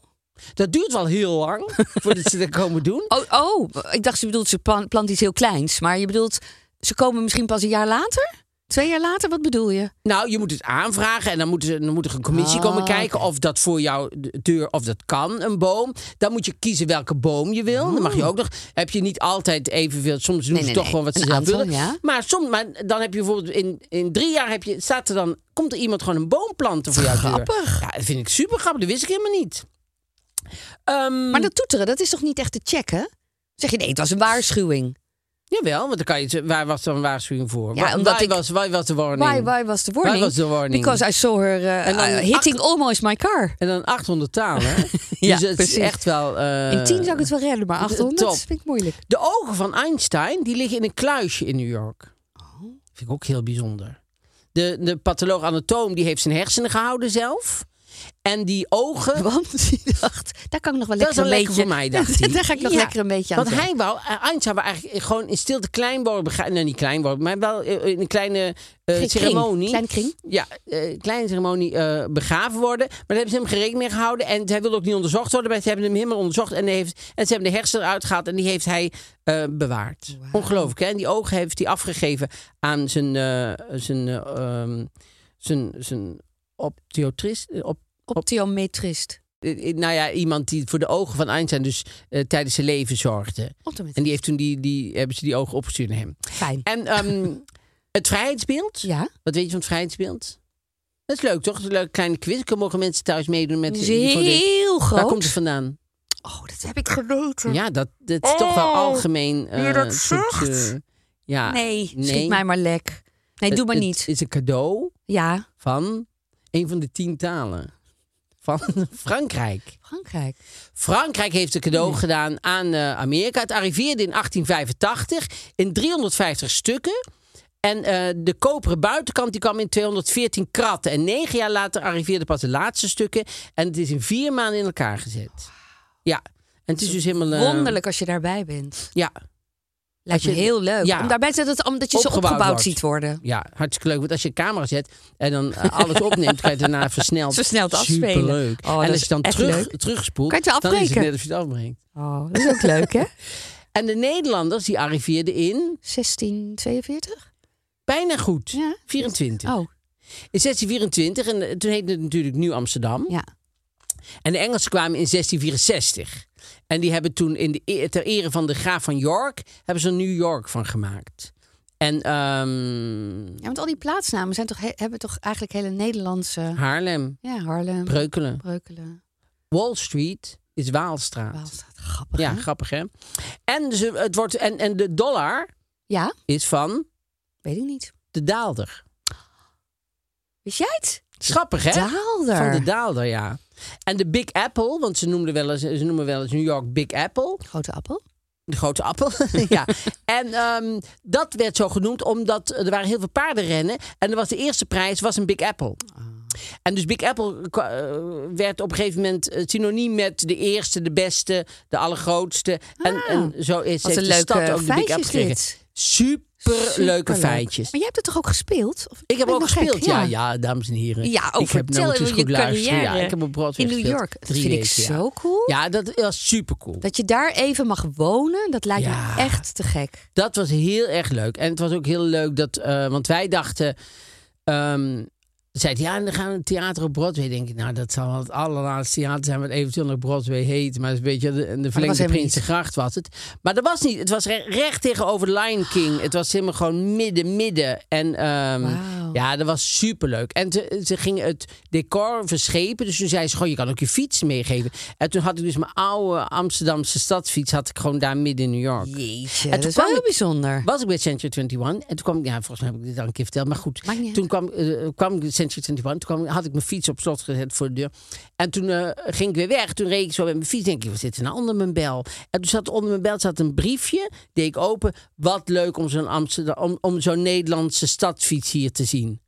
Dat duurt wel heel lang voordat ze dat komen doen. Oh, oh, ik dacht, je bedoelt, ze plan- plant iets heel kleins. Maar je bedoelt, ze komen misschien pas een jaar later? Twee jaar later? Wat bedoel je? Nou, je moet het aanvragen en dan moet, er, dan moet er een commissie Ah, komen kijken of dat voor jouw de- deur, of dat kan, een boom. Dan moet je kiezen welke boom je wil. Dan mag je ook nog. Heb je niet altijd evenveel. Soms doen Nee, ze nee, toch nee. gewoon wat ze Een zelf aantal, willen. ja. Maar, soms, maar dan heb je bijvoorbeeld in, in drie jaar heb je, staat er dan, komt er iemand gewoon een boom planten voor jouw deur. Grappig. Ja, dat vind ik super grappig. Dat wist ik helemaal niet. Ehm, Maar dat toeteren, dat is toch niet echt te checken? Zeg je, nee, het was een waarschuwing. Jawel, want dan kan je. het- Waar was dan een waarschuwing voor? Ja, Wa- omdat why ik- was, why was de warning? Why, why was the warning? Why was the warning? Because I saw her uh, En dan uh, hitting almost my car. En dan 800 talen. Ja, dus het precies. is echt wel. eh, In 10 zou ik het wel redden, maar 800 top. vind ik moeilijk. De ogen van Einstein die liggen in een kluisje in New York. Vind ik ook heel bijzonder. De, de patholoog anatoom die heeft zijn hersenen gehouden zelf. En die ogen. Want die dacht, daar kan ik nog wel Dat lekker is wel een lekker beetje... voor mij, dacht hij. daar ga ik nog Ja, lekker een beetje aan Want hij wou, eh, Einstein wou eigenlijk gewoon in stilte Kleinborg begrijpen. Nou, niet Kleinborg, maar wel eh, in een kleine eh, Kring, ceremonie. kleine kring. Ja, eh, kleine ceremonie eh, begraven worden. Maar daar hebben ze hem geen rekening mee gehouden. En hij wilde ook niet onderzocht worden. Maar ze hebben hem helemaal onderzocht. En, hij heeft, en ze hebben de hersenen eruit gehaald. En die heeft hij eh, bewaard. Ongelooflijk, hè? En die ogen heeft hij afgegeven aan zijn... eh, zijn, eh, ehm, zijn, zijn optometrist... eh, op- Optiometrist. eh, eh, nou ja, iemand die voor de ogen van Einstein dus eh, tijdens zijn leven zorgde. Optiometrist. En die heeft toen die, die, hebben ze die ogen opgestuurd naar hem. Fijn. En ehm, het vrijheidsbeeld. Ja, Wat weet je van het vrijheidsbeeld? Dat is leuk, toch? Dat is een leuke kleine quiz. Dan mogen mensen thuis meedoen met... eh, dat is die voor de- heel groot. Waar komt het vandaan? Oh, dat heb ik geweten. Ja, dat, dat is toch wel algemeen... eh, Oh, je dat een soort, zegt. eh, ja, Nee, nee. schiet mij maar lek. Nee, doe maar Het- niet. Het is een cadeau Ja, van een van de tien talen. Van Frankrijk. Frankrijk. Frankrijk heeft een cadeau Mm. gedaan aan eh, Amerika. Het arriveerde in 1885 in 350 stukken. En eh, de koperen buitenkant die kwam in 214 kratten. En negen jaar later arriveerden pas de laatste stukken. En het is in vier maanden in elkaar gezet. Ja, en het is dus helemaal... eh, Wonderlijk als je daarbij bent. Ja, Lijkt me je- heel leuk. ja. Om daarbij te dat, omdat je ze Opgebouwd opgebouwd wordt. ziet worden. ja, hartstikke leuk. Want als je een camera zet en dan eh, alles opneemt... kan je het daarna versneld, Versneld afspelen. Superleuk. Oh, dat en als is je dan echt terug, leuk. terugspoelt... Kan je het wel dan is het afbreken? net of je het afbrengt. Oh, dat is ook leuk, hè? En de Nederlanders die arriveerden in... 1642? Bijna goed. Ja. 24. Oh, In 1624, en eh, toen heette het natuurlijk Nieuw Amsterdam. ja. En de Engelsen kwamen in 1664. En die hebben toen in de, e- ter ere van de graaf van York... hebben ze een New York van gemaakt. En ehm, Ja, want al die plaatsnamen zijn toch, he- hebben toch eigenlijk hele Nederlandse... Haarlem, Ja, Harlem, Breukelen. Breukelen, Wall Street is Waalstraat. Waalstraat. Grappig, Ja, hè? grappig hè? En, ze, het wordt, en, en de dollar Ja, is van weet ik niet. de daalder. Wist jij het? Grappig hè? Daalder. Van de daalder, ja. En de Big Apple, want ze, noemden wel eens, ze noemen wel eens New York Big Apple. Grote appel. De grote appel. ja. En ehm, dat werd zo genoemd omdat er waren heel veel paardenrennen. En er was de eerste prijs was een Big Apple. Ah. En dus Big Apple kwa- eh, werd op een gegeven moment eh, synoniem met de eerste, de beste, de allergrootste. En, Ah. en zo is Wat heeft een de leuke stad ook de Big Apple feitjes gekregen. dit. Super leuke Superleuk. feitjes. Maar jij hebt het toch ook gespeeld? Of Oh, Ik heb ben ook nog gespeeld, gek? ja. ja, dames en heren. Ja, oh, ik heb vertel nou, moet je over eens je goed luisteren. Ja, carrière ik heb op Broadway in New gespeeld. York. Dat Drie vind ik weken, ja. zo cool. Ja, dat was super cool. Dat je daar even mag wonen, dat lijkt Ja. me echt te gek. Dat was heel erg leuk. En het was ook heel leuk dat, eh, want wij dachten, ehm zeiden ja, en dan gaan we een theater op Broadway. Denk ik, nou, dat zal wel het allerlaatste theater zijn wat eventueel nog Broadway heet. Maar het is een beetje de, de verlengde helemaal Prinsengracht was het. Maar dat was niet. Het was re- recht tegenover Lion King. Het was helemaal gewoon midden, midden. En ehm, Wauw. ja, dat was superleuk. En ze, ze gingen het decor verschepen. Dus toen zei ze gewoon, je kan ook je fiets meegeven. En toen had ik dus mijn oude Amsterdamse stadsfiets, had ik gewoon daar midden in New York. En Jeetje, dat toen is wel kwam heel ik- bijzonder. Was ik bij Century 21 en toen kwam ik, ja, volgens mij heb ik dit al een keer verteld, maar goed. Maakt niet uit. Toen kwam, eh, kwam ik bij Century 21, toen kwam, had ik mijn fiets op slot gezet voor de deur. En toen eh, ging ik weer weg. Toen reed ik zo met mijn fiets, denk ik, wat zit er nou onder mijn bel? En toen zat onder mijn bel zat een briefje, deed ik open. Wat leuk om zo'n Amsterdam, om, om zo'n Nederlandse stadsfiets hier te zien.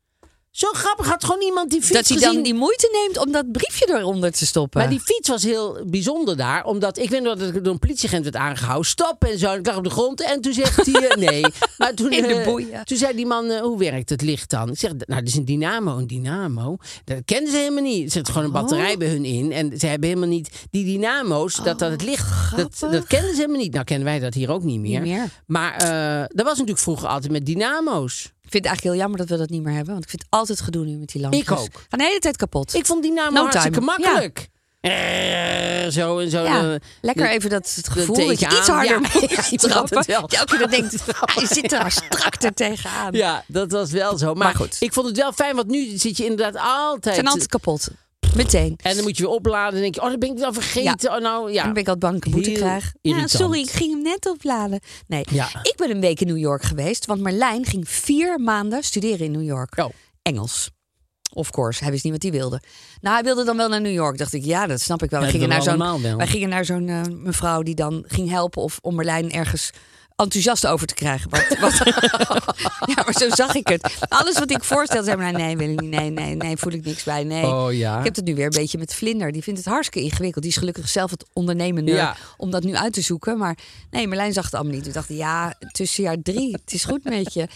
Zo grappig had gewoon iemand die fiets Dat hij gezien. dan die moeite neemt om dat briefje eronder te stoppen. Maar die fiets was heel bijzonder daar. Omdat ik weet nog dat ik door een politieagent werd aangehouden. Stop en zo. En ik lag op de grond. En toen zegt hij eh, nee. Maar toen, In de eh, boeien. toen zei die man, eh, hoe werkt het licht dan? Ik zeg, nou, dat is een dynamo. Een dynamo. Dat kennen ze helemaal niet. Er zit gewoon een batterij Oh. bij hun in. En ze hebben helemaal niet die dynamo's. dat dat het licht. Dat, Oh, grappig. dat kennen ze helemaal niet. Nou kennen wij dat hier ook niet meer. Niet meer. Maar eh, dat was natuurlijk vroeger altijd met dynamo's. Ik vind het eigenlijk heel jammer dat we dat niet meer hebben. Want ik vind het altijd gedoe nu met die lampjes. Ik ook. Gaan de hele tijd kapot. Ik vond dynamo No hartstikke time. makkelijk. Eh, zo en zo. ja, eh, lekker de- even dat het gevoel dat, je tegenaan. iets harder Ja, mee ja, gaat je wil trappen. altijd wel. Dat je elke keer denkt, hij zit er strak er tegenaan. Ja, dat was wel zo. Maar, Maar goed. ik vond het wel fijn, want nu zit je inderdaad altijd... Ze zijn altijd kapot. Meteen. En dan moet je weer opladen en denk je, oh, dat ben ik dan vergeten. Oh, nou, Eh, ja. Dan ben ik altijd bang dat ik een boete Heel krijg. Ja, irritant. sorry, ik ging hem net opladen. Nee, Ja. ik ben een week in New York geweest. Want Marlijn ging vier maanden studeren in New York. Oh. Engels. Of course, hij wist niet wat hij wilde. Nou, hij wilde dan wel naar New York. Dacht ik, ja, dat snap ik wel. Ja, We gingen dat naar doen we allemaal zo'n, wel. wij gingen naar zo'n eh, mevrouw die dan ging helpen of om Merlijn ergens enthousiast over te krijgen. Wat, wat- ja, maar zo zag ik het. Alles wat ik voorstelde, zei maar, nee, wil ik niet, nee, nee, nee, voel ik niks bij, nee. Oh, ja. Ik heb het nu weer een beetje met Vlinder. Die vindt het hartstikke ingewikkeld. Die is gelukkig zelf het ondernemen Ja. om dat nu uit te zoeken. Maar nee, Merlijn zag het allemaal niet. Toen dacht ik, ja, tussen jaar drie, het is goed met je.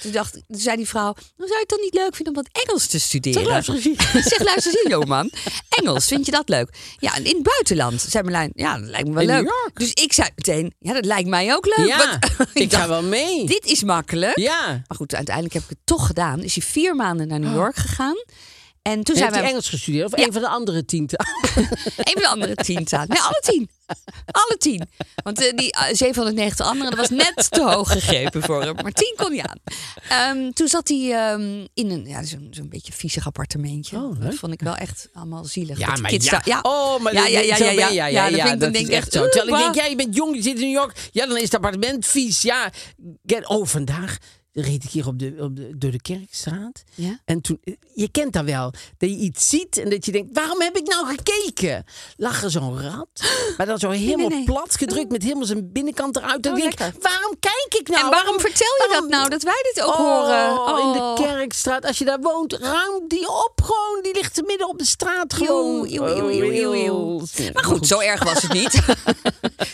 Toen, dacht, toen zei die vrouw, "Nou, zou je het dan niet leuk vinden om wat Engels te studeren? Zeg, luister eens. zeg, luister eens hier, jongeman. Engels, vind je dat leuk? Ja, en in het buitenland, zei Merlijn, ja, dat lijkt me wel In leuk. New York. Dus ik zei meteen, ja, dat lijkt mij ook leuk. Ja, want- ik ga dacht, wel mee. Dit is makkelijk. Ja. Maar goed, uiteindelijk heb ik het toch gedaan. Is hij vier maanden Ah. naar New York gegaan. En toen Heb zijn je wij... Engels gestudeerd of Ja. een van de andere tienten? Even de andere tien staan. Nee, alle tien. Alle tien. Want eh, die eh, 790 anderen, dat was net te hoog gegrepen voor hem. Maar tien kon hij aan. Ehm, toen zat hij ehm, in een, ja, zo'n zo'n beetje viezig appartementje. Oh, leuk. dat vond ik wel echt allemaal zielig. Ja, Dat die maar kids ja. daar- Oh, maar dit- zo ben jij. Ja, dan ja, vind ik- dan dat denk is ik echt zo. "Oeh, Terwijl ik denk, waar?" ja, je bent jong, je zit in New York. Ja, dan is het appartement vies. Ja, Get- oh, vandaag reed ik hier op de, op de, door de Kerkstraat. Ja. En toen, je kent dat wel, dat je iets ziet en dat je denkt, waarom heb ik nou gekeken? Lag er zo'n rat, maar dan zo helemaal nee. plat gedrukt met helemaal zijn binnenkant eruit. Dan Oh, denk ik, lekker. waarom kijk ik nou? en waarom vertel je waarom- Oh, dat nou, dat wij dit ook horen? Oh. in de Kerkstraat. Als je daar woont, ruim die op gewoon. Die ligt midden op de straat gewoon. Joe, joe, joe, joe, joe, joe. Oh, Maar goed, zo erg was het niet.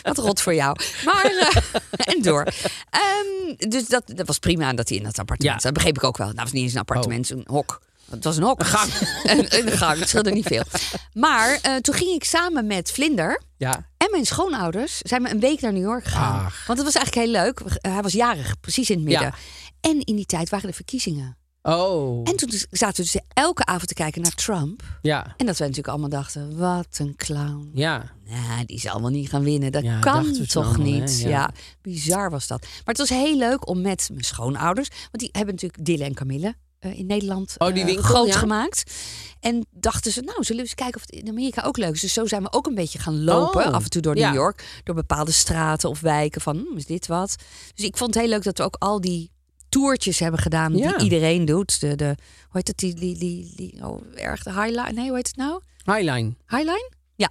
Wat rot voor jou. Maar, eh, en door. Ehm, dus dat, dat was prima dat hij in dat appartement Ja. Oh. zat. Dat begreep ik ook wel. Nou, het was niet eens een appartement, een hok. Het was een hok. Een gang. een, gang, het scheelde niet veel. Maar eh, toen ging ik samen met Vlinder... Ja. En mijn schoonouders zijn we een week naar New York gegaan. eh, Want het was eigenlijk heel leuk. Hij was jarig, precies in het midden. Ja. En in die tijd waren de verkiezingen. Oh. En toen zaten we dus elke avond te kijken naar Trump. Ja. En dat wij natuurlijk allemaal dachten, wat een clown. Ja. Nou, die zal wel niet gaan winnen. Dat Ja, kan dachten we toch allemaal, hè? niet? Ja. Ja. bizar was dat. Maar het was heel leuk om met mijn schoonouders... want die hebben natuurlijk Dille en Camille eh, in Nederland Oh, die eh, winkel, groot ja. gemaakt. En dachten ze, nou, zullen we eens kijken of het in Amerika ook leuk is. Dus zo zijn we ook een beetje gaan lopen. Oh, af en toe door ja. New York. Door bepaalde straten of wijken van, hmm, is dit wat? Dus ik vond het heel leuk dat we ook al die toertjes hebben gedaan... Ja. die iedereen doet. De, de, hoe heet dat? Die, die, die, die, oh, erg, de highline... Nee, hoe heet het nou? Highline. Highline? Ja.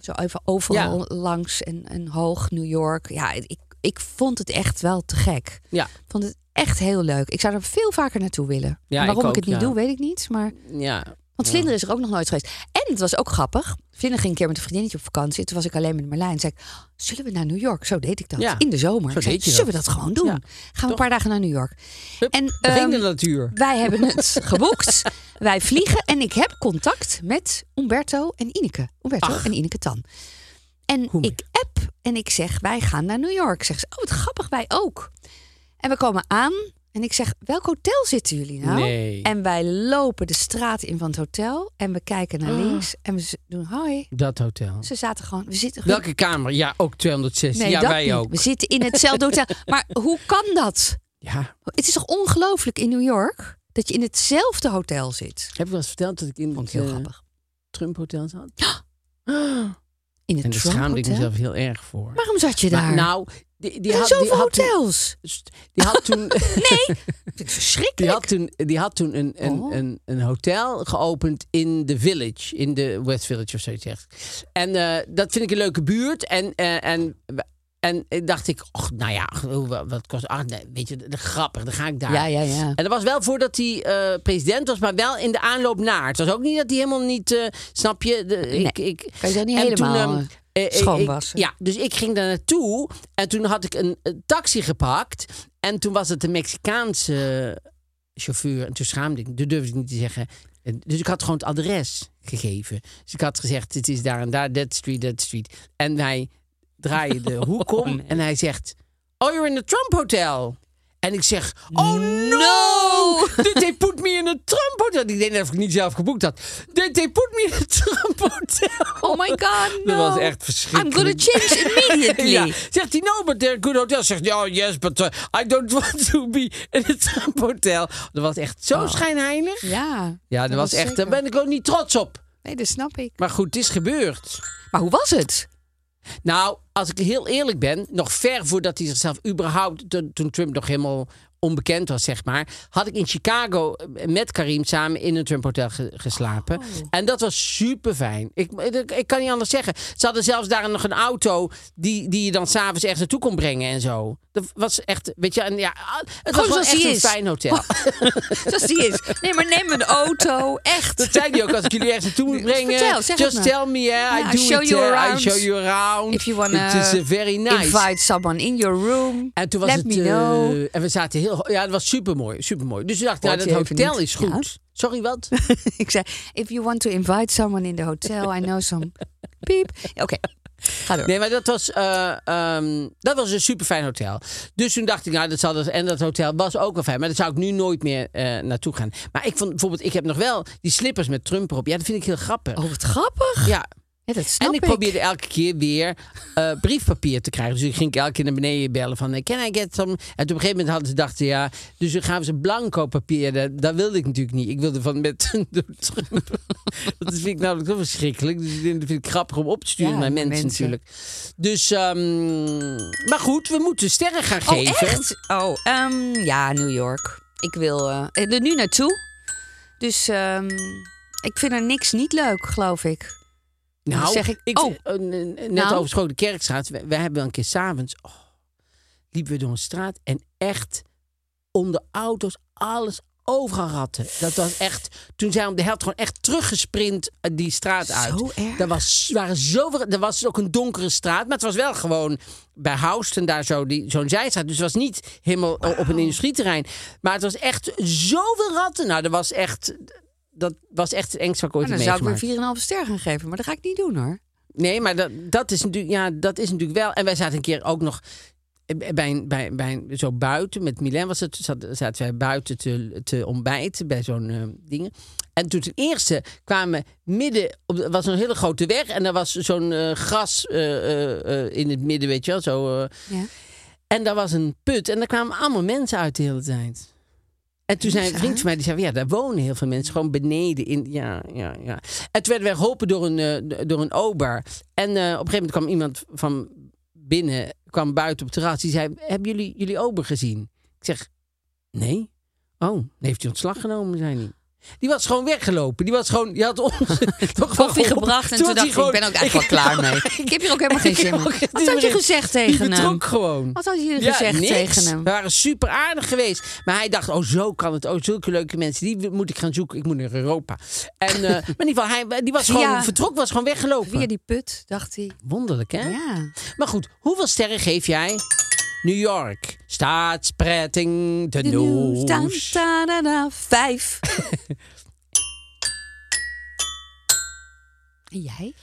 Zo even overal langs en, en hoog New York. Ja, ik, ik vond het echt wel te gek. Ja. Ik vond het echt heel leuk. Ik zou er veel vaker naartoe willen. Ja, En Waarom ik ik, ook, het niet ja. doe, weet ik niet. Maar, Ja. want Vlinder is er ook nog nooit geweest. En het was ook grappig. Vlinder ging een keer met een vriendinnetje op vakantie. Toen was ik alleen met Marlijn. Zei ik, zullen we naar New York? Zo deed ik dat. Ja. In de zomer. Zo Ik zei, deed je zullen dat. we dat gewoon doen? Ja. Gaan we een paar dagen naar New York. Hup, En, daar ging de ehm, natuur. Wij hebben het geboekt. Wij vliegen en ik heb contact met Umberto en Ineke. Umberto en Ineke Tan. En Hoe ik app en ik zeg, wij gaan naar New York. Zeg ze, oh wat grappig, wij ook. En we komen aan en ik zeg, welk hotel zitten jullie nou? Nee. En wij lopen de straat in van het hotel en we kijken Ah. naar links en we z- doen hoi. Dat hotel. Ze zaten gewoon, we zitten gewoon... Welke kamer? Ja, ook 216. Nee, ja, dat wij niet. ook. We zitten in hetzelfde hotel. Maar hoe kan dat? Ja. Het is toch ongelooflijk in New York dat je in hetzelfde hotel zit? Heb ik wel eens verteld dat ik in Vond het ik heel eh, grappig. Trump Hotel zat? In het En daar Trump schaamde ik Hotel? mezelf heel erg voor. Waarom zat je Maar daar? nou, die, die er had, zijn die zoveel had toen- hotels. die had toen... Nee, dat is Die verschrikkelijk. had toen, die had toen een, een, Oh. een, een hotel geopend in de Village. In de West Village of zoiets echt. En eh, dat vind ik een leuke buurt. En, eh, en, en, dacht ik, och, nou ja, ach, wat- wat kost... Ach, nee, weet je, dat is grappig, dan ga ik daar. Ja, ja, ja. En dat was wel voordat hij eh, president was, maar wel in de aanloop naar. Het was ook niet dat hij helemaal niet, eh, snap je? De, ik, ik, kan je dat niet en helemaal, ehm, eh, eh, schoon ik- wassen? Ja, dus ik ging daar naartoe en toen had ik een, een taxi gepakt. En toen was het een Mexicaanse chauffeur. En toen schaamde ik, me, dat durfde ik niet te zeggen. En Dus ik had gewoon het adres gegeven. Dus ik had gezegd, het is daar en daar, that street, that street. En wij draaien de hoek om en hij zegt... Oh, you're in the Trump Hotel. En ik zeg, oh no, did they put me in a Trump Hotel? Ik denk dat ik niet zelf geboekt had. Did they put me in a Trump Hotel? Oh my god, Dat no. was echt verschrikkelijk. I'm gonna change immediately. Ja. Zegt hij, no, but they're good hotels. Zegt hij, oh yes, but uh, I don't want to be in a Trump Hotel. Dat was echt zo schijnheilig. Ja, Oh. Ja, dat, was, echt, eh, daar zeker. ben ik ook niet trots op. Nee, dat snap ik. Maar goed, het is gebeurd. Maar hoe was het? Nou, als ik heel eerlijk ben, nog ver voordat hij zichzelf überhaupt, toen, toen Trump nog helemaal onbekend was, zeg maar, had ik in Chicago eh, met Karim samen in een Trump Hotel ge- geslapen. Oh. En dat was super fijn. Ik, ik, ik kan niet anders zeggen. Ze hadden zelfs daar nog een auto die, die je dan s'avonds ergens naartoe kon brengen en zo. Dat was echt, weet je, en ja, ah, het was Gewoon wel Oh, zoals echt hij een is. fijn hotel. Zoals die is. Nee, maar neem een auto. Echt. Dat zei hij ook als ik jullie ergens naartoe moet brengen. Vertel, zeg Just het me. tell me, yeah, Ja, I do show it. you eh, around. I show you around. If you wanna It is eh, very nice. Invite someone in your room. En toen was Let het. me eh, know. en we zaten heel. ho- Ja, het was supermooi. Supermooi. Dus ik dacht, nou, Hoort dat je even hotel niet. is goed. Sorry, wat? ik zei, if you want to invite someone in the hotel, I know some piep. Oké, ga door. Nee, maar dat was, eh, ehm, dat was een super fijn hotel. Dus toen dacht ik, nou, dat zal dat, en dat hotel was ook wel fijn. Maar daar zou ik nu nooit meer eh, naartoe gaan. Maar ik vond bijvoorbeeld, ik heb nog wel die slippers met Trump erop. Ja, dat vind ik heel grappig. Oh, wat grappig. Ja. Ja, dat snap en ik, probeerde elke keer weer eh, briefpapier te krijgen. Dus ik ging elke keer naar beneden bellen van, eh, can I get some? En toen op een gegeven moment hadden ze dachten, ja, dus dan gaven ze blanco papier. Dat, dat wilde ik natuurlijk niet. Ik wilde van met Trump. dat vind ik namelijk zo verschrikkelijk. Dus ik denk, dat vind ik grappig om op te sturen Ja, naar naar mensen, mensen. natuurlijk. Dus, ehm, maar goed, we moeten sterren gaan Oh, geven. echt? Oh, ehm, ja, New York. Ik wil eh, er nu naartoe. Dus ehm, ik vind er niks niet leuk, geloof ik. Nou, Dan zeg ik- ik oh. eh, eh, net Nou. overschoten de kerkstraat. We, we hebben wel een keer s'avonds... Oh, liepen we door een straat en echt onder auto's alles overal ratten. Dat was echt... Toen zijn we op de helft gewoon echt teruggesprint eh, die straat uit. Zo erg. Er was, waren zoveel, er was ook een donkere straat, maar het was wel gewoon bij Houston daar zo die- zo'n zijstraat. Dus het was niet helemaal eh, op een industrieterrein. Maar het was echt zoveel ratten. Nou, dat was echt... Dat was echt het engste wat ik ooit Maar Nou, Ah, dan heb zou ik meegemaakt. weer 4,5 ster gaan geven. Maar dat ga ik niet doen, hoor. Nee, maar dat, dat, is natuurlijk, ja, dat is natuurlijk wel. En wij zaten een keer ook nog eh, bij, een- bij, bij, een- zo buiten, met Milan was het, zat- zaten wij buiten te, te ontbijten bij zo'n eh, dingen. En toen ten eerste kwamen midden, op, de- was een hele grote weg en daar was zo'n eh, gras eh, eh, eh, in het midden, weet je wel. Zo, eh, Ja. en daar was een put en daar kwamen allemaal mensen uit de hele tijd. En toen zei een vriend van mij, die zei, ja, daar wonen heel veel mensen. Gewoon beneden in, ja, ja, ja. En toen werden we geholpen door een, eh, door een ober. En eh, op een gegeven moment kwam iemand van binnen, kwam buiten op het terras. Die zei, hebben jullie jullie ober gezien? Ik zeg, nee. Oh, heeft hij ontslag genomen, zei hij. Die was gewoon weggelopen. Die was gewoon, die had ons toch wel koffie gebracht en toen, dacht ik, ik ben ook eigenlijk wel klaar mee. Ik heb hier ook helemaal geen Ik zin heb in. ook geen Wat zin had je meer in. gezegd Die tegen hem? betrok gewoon. Wat had je Ja, gezegd niks. tegen hem? We waren super aardig geweest. Maar hij dacht, oh zo kan het. Oh, zulke leuke mensen. Die moet ik gaan zoeken. Ik moet naar Europa. En, eh, maar in ieder geval, hij die was gewoon Ja. vertrok, was gewoon weggelopen. Via die put, dacht hij. Wonderlijk, hè? Ja. Maar goed, hoeveel sterren geef jij New York? Staatspretting, de, De nieuws, dan, nieuws. ta, da, da, Vijf. En jij?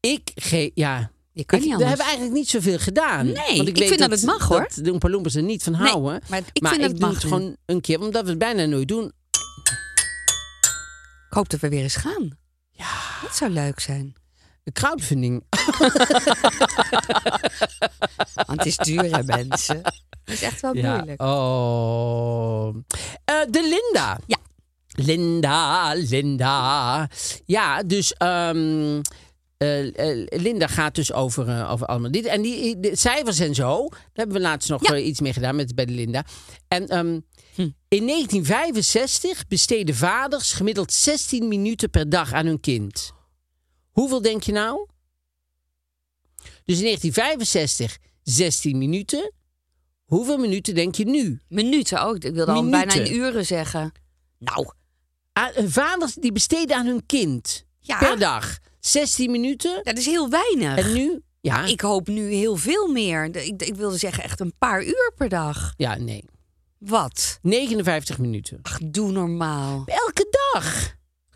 Ik geef, ja... Je kan Ik- niet we anders. hebben eigenlijk niet zoveel gedaan. Nee, Want ik weet vind dat het mag, hoor. Dat de Oompa Loompas er niet van Nee, houden. maar ik vind dat het doe mag het nu. gewoon een keer, omdat we het bijna nooit doen. Ik hoop dat we weer eens gaan. Ja. Dat zou leuk zijn. Crowdfunding. Want het is duur, hè, mensen. Het is echt wel moeilijk. Oh. Eh, de Linda. Ja. Linda, Linda. Ja, dus ehm, eh, eh, Linda gaat dus over, eh, over allemaal dit. En die, de cijfers en zo, daar hebben we laatst nog Ja. Hm. eh, iets mee gedaan met, bij de Linda. En ehm, in 1965 besteden vaders gemiddeld 16 minuten per dag aan hun kind. Hoeveel denk je nou? Dus in 1965 16 minuten. Hoeveel minuten denk je nu? Minuten ook. Ik wilde al Minuten. bijna in uren zeggen. Nou. Aan- eh, vaders die besteden aan hun kind Ja. per dag 16 minuten. Dat is heel weinig. En nu? Ja, Ik hoop nu heel veel meer. De- Ik, ik wilde zeggen echt een paar uur per dag. ja, nee. Wat? 59 minuten. Ach, doe normaal. Elke dag.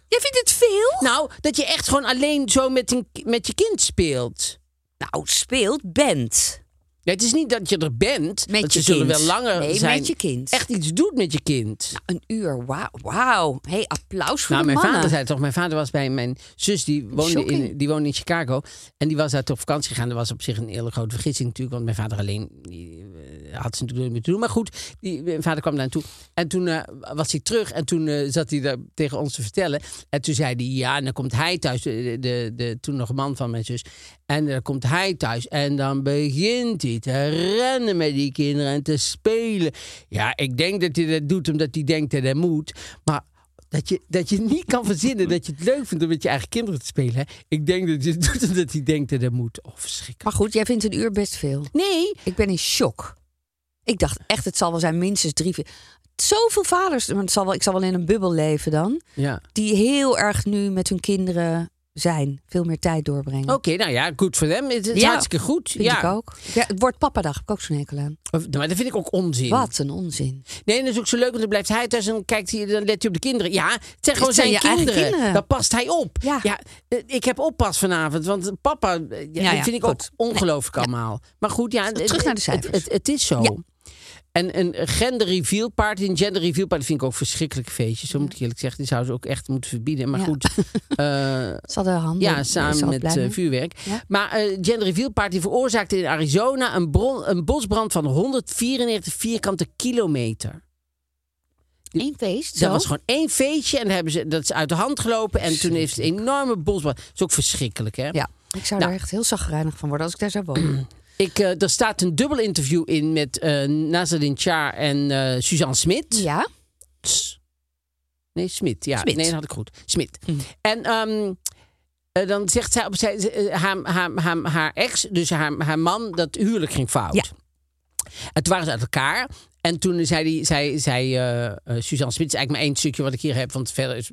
Jij vindt het veel? Nou, dat je echt gewoon alleen zo met, een, ki- met je kind speelt. Nou, speelt, bent. Nee, het is niet dat je er bent. Met want je ze zullen kind. wel langer Nee, zijn. met je kind. Nou, Echt iets doet met je kind. Een uur, wauw. Wauw. Hé, hey, applaus voor Nou, de mijn mannen. vader zei toch, mijn vader was bij mijn zus, die woonde, in, Shocking. die woonde in Chicago. En die was daar toch op vakantie gegaan. Dat was op zich een hele grote vergissing natuurlijk, want mijn vader alleen die, eh, had ze natuurlijk nooit meer te doen. Maar goed, die, mijn vader kwam daar naartoe. En toen eh, was hij terug en toen eh, zat hij daar tegen ons te vertellen. En toen zei hij, ja, en dan komt hij thuis, de, de, de, de toen nog man van mijn zus. En dan komt hij thuis en dan begint hij te rennen met die kinderen en te spelen. Ja, ik denk dat hij dat doet omdat hij denkt dat hij moet. Maar dat je, dat je niet kan verzinnen dat je het leuk vindt om met je eigen kinderen te spelen. Ik denk dat je het doet omdat hij denkt dat dat moet. Oh, verschrikkelijk. Maar goed, jij vindt een uur best veel. Nee, Ik ben in shock. Ik dacht echt, het zal wel zijn minstens drie, vier... Zoveel vaders, want het zal wel, ik zal wel in een bubbel leven dan... ja. die heel erg nu met hun kinderen zijn. Veel meer tijd doorbrengen. Oké, nou ja, goed voor hem. Het is Ja, hartstikke goed. Vind ja. ik ook. Ja, het wordt papadag, heb ik ook zo'n hekel aan. Of- Maar dat vind ik ook onzin. Wat een onzin. Nee, dat is ook zo leuk, want dan blijft hij thuis en dan kijkt hij, dan let hij op de kinderen. Ja, het zijn gewoon Het zijn zijn, je eigen kinderen. kinderen. Dan past hij op. Ja. eh, ik heb oppas vanavond, want papa, eh, ja, ja, dat vind ik goed. ook ongelooflijk allemaal. Maar goed, ja. Terug naar de cijfers. Het, het, het is zo. Ja. En een gender reveal party, een gender reveal party vind ik ook verschrikkelijk feestje. Zo moet ik eerlijk zeggen, die zouden ze ook echt moeten verbieden. Maar Ja. goed, eh, Zal de handen. ja, is samen al met blij eh, mee? vuurwerk. Ja. Maar eh Gender Reveal Party veroorzaakte in Arizona een, bron, een bosbrand van 194 vierkante kilometer. Eén feest. Dat Zo. was gewoon één feestje en daar hebben ze, dat is uit de hand gelopen. En toen heeft het een enorme bosbrand. Dat is ook verschrikkelijk, hè? Ja, ik zou Nou. daar echt heel zagrijnig van worden als ik daar zou wonen. Ik, eh, er staat een dubbel interview in met eh Nazadin Char en eh, Suzanne Smit. ja, Smits. Nee, Smit. Ja, Smit. Hm. nee, dat had ik goed. Smit. En ehm, eh, dan zegt zij, op, zij eh, haar, haar, haar, haar ex, dus haar, haar man, dat huwelijk ging fout. Ja. En toen waren ze uit elkaar. En toen zei, die, zei, zei eh, eh, Suzanne Smit, is eigenlijk maar één stukje wat ik hier heb, want verder is...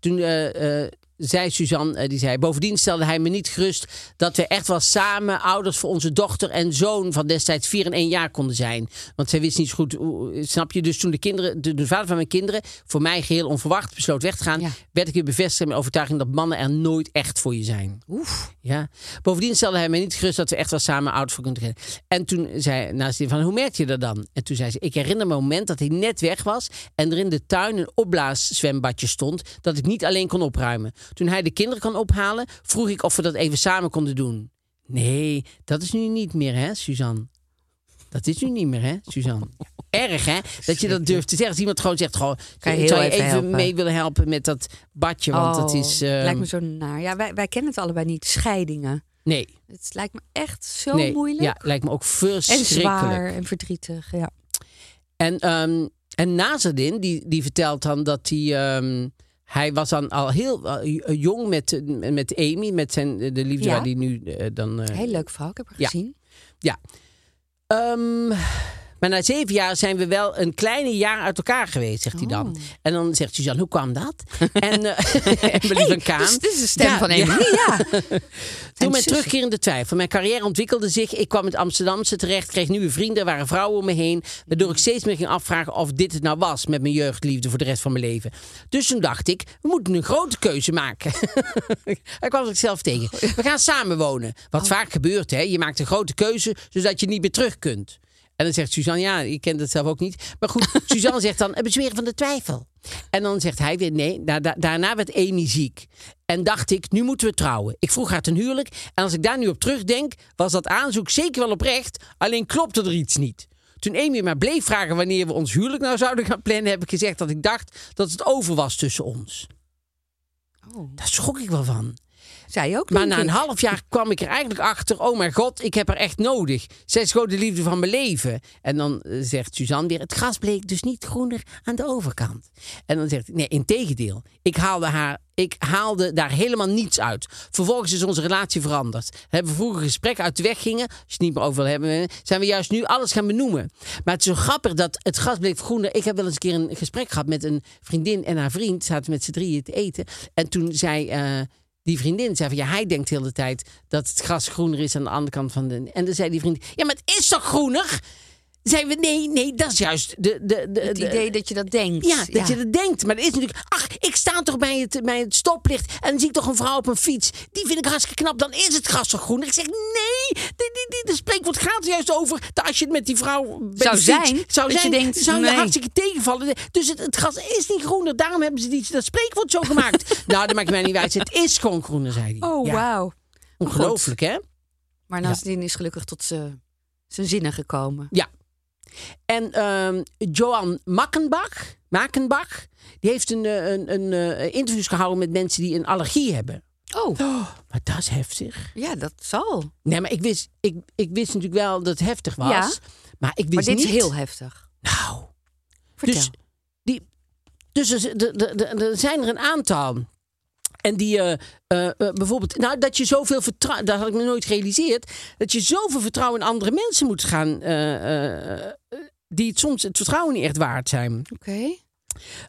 Toen eh, eh, zei Suzanne, eh, die zei... Bovendien stelde hij me niet gerust dat we echt wel samen... ouders voor onze dochter en zoon van destijds vier en één jaar konden zijn. Want zij wist niet zo goed, hoe- snap je? Dus toen de, kinderen, de, de vader van mijn kinderen... voor mij geheel onverwacht besloot weg te gaan... Ja. werd ik weer bevestigd in mijn overtuiging... dat mannen er nooit echt voor je zijn. Oef. Ja. Bovendien stelde hij mij niet gerust dat we echt wel samen oud voor kunnen gaan. En toen zei naast die van, hoe merk je dat dan? En toen zei ze, ik herinner me een moment dat hij net weg was... en er in de tuin een opblaaszwembadje stond... dat ik niet alleen kon opruimen. Toen hij de kinderen kon ophalen, vroeg ik of we dat even samen konden doen. Nee, dat is nu niet meer, hè, Suzanne? Dat is nu niet meer, hè, Suzanne? Erg, hè? Dat je dat durft te zeggen. Als iemand gewoon zegt, gewoon, Kan je zou je heel even, even helpen? mee willen helpen met dat badje? Want dat Oh, is... ehm, Lijkt me zo naar. Ja, wij, wij kennen het allebei niet. Scheidingen. Nee. Het lijkt me echt zo nee, moeilijk. Ja, lijkt me ook en verschrikkelijk. zwaar en verdrietig. Ja. En, ehm, en Nazardin, die, die vertelt dan dat hij... ehm, hij was dan al heel eh, jong met, eh, met Amy, met zijn, eh, de liefde Ja. waar die nu eh, dan... eh, Heel leuk verhaal, ik heb er Ja. gezien. Ehm, maar na zeven jaar zijn we wel een kleine jaar uit elkaar geweest, zegt hij Oh. dan. En dan zegt Suzanne, hoe kwam dat? en eh Emily van Kaan. Dus dit is de stem Ja, van ja. Emily. Ja. Door En mijn zussen. terugkerende twijfel. Mijn carrière ontwikkelde zich. Ik kwam in het Amsterdamse terecht, kreeg nieuwe vrienden, er waren vrouwen om me heen. Waardoor ik steeds meer ging afvragen of dit het nou was met mijn jeugdliefde voor de rest van mijn leven. Dus toen dacht ik, we moeten een grote keuze maken. Daar kwam ik zelf tegen. We gaan samenwonen. Wat vaak gebeurt, hè? je maakt een grote keuze zodat je niet meer terug kunt. En dan zegt Suzanne, ja, ik ken dat zelf ook niet. Maar goed, Suzanne zegt dan, het bezweren van de twijfel. En dan zegt hij weer, nee, da- da- daarna werd Amy ziek. En dacht ik, nu moeten we trouwen. Ik vroeg haar ten huwelijk. En als ik daar nu op terugdenk, was dat aanzoek zeker wel oprecht. Alleen klopte er iets niet. Toen Amy maar bleef vragen wanneer we ons huwelijk nou zouden gaan plannen... heb ik gezegd dat ik dacht dat het over was tussen ons. Oh, Daar schrok ik wel van. zij ook, Maar denk na een ik. half jaar kwam ik er eigenlijk achter... oh mijn god, ik heb haar echt nodig. Zij is gewoon de liefde van mijn leven. En dan eh, zegt Suzanne weer... het gras bleek dus niet groener aan de overkant. En dan zegt hij, nee, integendeel. Ik haalde, haar, ik haalde daar helemaal niets uit. Vervolgens is onze relatie veranderd. Hebben we vroeger gesprekken uit de weg gingen... als je het niet meer over wil hebben... zijn we juist nu alles gaan benoemen. Maar het is zo grappig dat het gras bleef groener. Ik heb wel eens een keer een gesprek gehad met een vriendin en haar vriend. Zaten met z'n drieën te eten. En toen zei... eh, die vriendin zei van ja, hij denkt heel de tijd dat het gras groener is aan de andere kant van de. En dan zei die vriend: Ja, maar het is toch groener? Zei we: Nee, nee, dat is juist de. de, de Het de- idee dat je dat denkt. ja, dat je dat denkt. Maar dat is natuurlijk. Ach, ik sta toch bij het, bij het stoplicht. En dan zie ik toch een vrouw op een fiets. Die vind ik hartstikke knap. Dan is het gras toch groener? Ik zeg: Nee, dit, dit, dit, dit spreekwoord gaat er juist over. Dat als je het met die vrouw. bij Zou de fiets zijn, Zou dat je zijn. denkt, zou je nee. hartstikke tegenvallen. Dus het, het gras is niet groener. Daarom hebben ze die, dat spreekwoord zo gemaakt. nou, dat maakt mij niet uit. Het is gewoon groener, zei hij. Oh, Ja. wauw. Ongelooflijk, hè? Maar Nasdin is gelukkig tot ze- zijn zinnen gekomen. Ja. En ehm Joan Makkenbach, Makenbach, die heeft een, eh, een, een eh, interviews gehouden met mensen die een allergie hebben. Oh, Maar dat is heftig. ja, dat zal. Nee, maar ik wist, ik, ik wist natuurlijk wel dat het heftig was. Ja. Maar ik wist Maar dit niet... is heel heftig. Nou, Vertel. Dus, die, dus er, z- er- er- er- er zijn er een aantal. En die eh, eh, eh, bijvoorbeeld, nou dat je zoveel vertrouwen, dat had ik me nooit gerealiseerd, dat je zoveel vertrouwen in andere mensen moet gaan, eh, eh, die het soms het vertrouwen niet echt waard zijn. Oké.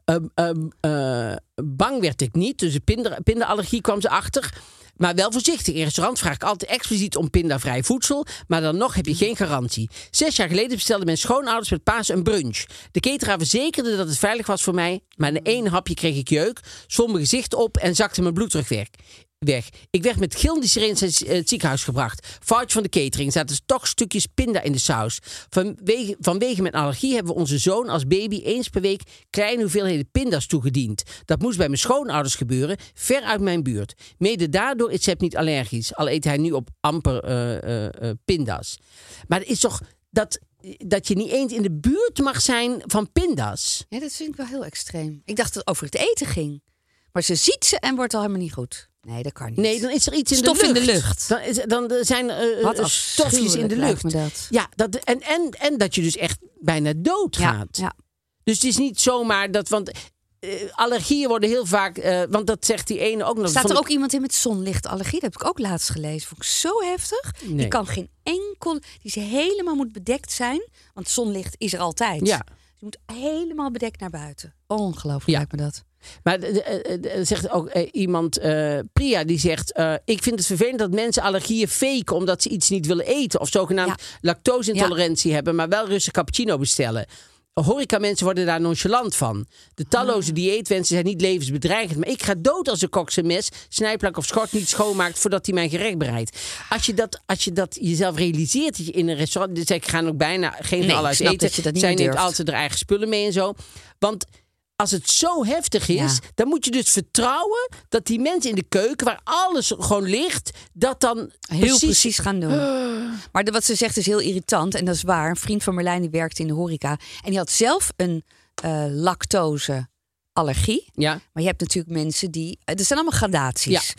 Ehm, ehm, eh, bang werd ik niet. Dus de pinder, pindaallergie kwam ze achter. Maar wel voorzichtig. In restaurant vraag ik altijd expliciet om pindavrij voedsel. Maar dan nog heb je geen garantie. Zes jaar geleden bestelden mijn schoonouders met paas een brunch. De cateraar verzekerde dat het veilig was voor mij. Maar na één hapje kreeg ik jeuk, zwom mijn gezicht op en zakte mijn bloeddruk weg. weg. Ik werd met gillende sirenes naar het ziekenhuis gebracht. Foutje van de catering. Zaten toch stukjes pinda in de saus. Vanwege, vanwege mijn allergie hebben we onze zoon als baby eens per week kleine hoeveelheden pinda's toegediend. Dat moest bij mijn schoonouders gebeuren, ver uit mijn buurt. Mede daardoor is Sepp niet allergisch, al eet hij nu op amper eh, eh, eh, pinda's. Maar het is toch dat, dat je niet eens in de buurt mag zijn van pinda's. Ja, dat vind ik wel heel extreem. Ik dacht dat het over het eten ging. Maar ze ziet ze en wordt al helemaal niet goed. Nee, dat kan niet. Nee, dan is er iets in Stof de in lucht. de lucht. Dan, is- dan eh, zijn er eh, Wat eh, stofjes in de afschuwelijk lucht. lijkt me dat. Ja, dat, en, en, en dat je dus echt bijna ja, doodgaat. ja. Dus het is niet zomaar dat. Want eh, allergieën worden heel vaak. eh, want dat zegt die ene ook nog. Staat Vond er ik- ook iemand in met zonlichtallergie? Dat heb ik ook laatst gelezen. Vond ik zo heftig. Nee. Die kan geen enkel... Die ze helemaal moet bedekt zijn. Want zonlicht is er altijd. Ja. Je moet helemaal bedekt naar buiten. Ongelooflijk Ja. lijkt me dat. Maar de- de- de- er zegt ook eh, iemand, eh, Priya, die zegt... eh, ik vind het vervelend dat mensen allergieën faken... omdat ze iets niet willen eten. Of zogenaamd Ja. lactose-intolerantie hebben... maar wel rustig cappuccino bestellen. Horeca-mensen worden daar nonchalant van. De talloze Ah. dieetwensen zijn niet levensbedreigend. Maar ik ga dood als de kok zijn mes, snijplak of schort niet schoonmaakt... voordat hij mijn gerecht bereidt. Als je dat, als je dat jezelf realiseert dat je in een restaurant... Dus zij gaan ook bijna geen Nee, al ik uit snap eten. dat je dat niet Zij meer neemt durft. altijd haar eigen spullen mee en zo. Want als het zo heftig is, Ja. dan moet je dus vertrouwen dat die mensen in de keuken, waar alles gewoon ligt, dat dan Heel precies, gaan doen. Maar de- wat ze zegt is heel irritant. En dat is waar. Een vriend van Merlijn die werkte in de horeca. En die had zelf een eh, lactose-allergie. Ja, Maar je hebt natuurlijk mensen die... eh, Er zijn allemaal gradaties.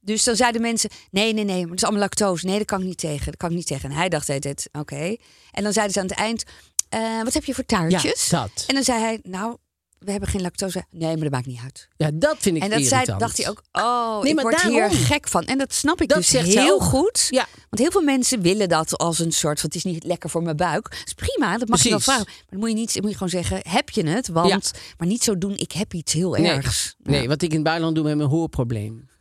Dus dan zeiden mensen... Nee, nee, nee. maar Het is allemaal lactose. Nee, dat kan ik niet tegen. Dat kan ik niet tegen. En hij dacht hij dit. Oké. En dan zeiden ze aan het eind... eh, wat heb je voor taartjes? Ja, dat. En dan zei hij... Nou, we hebben geen lactose. Nee, maar dat maakt niet uit. ja dat vind ik En dat zei, irritant. dacht hij ook, oh, Nee, ik maar word hier daarom. gek van. En dat snap ik Dat dus zegt ze heel ook. goed. Ja. Want heel veel mensen willen dat als een soort van, het is niet lekker voor mijn buik. Dat is prima, dat mag je wel Precies. vragen. Maar dan moet je, niet, dan moet je gewoon zeggen, heb je het? Want, maar niet zo doen, ik heb iets heel Nee, ergs. nee wat ik in het buitenland doe met mijn hoorprobleem.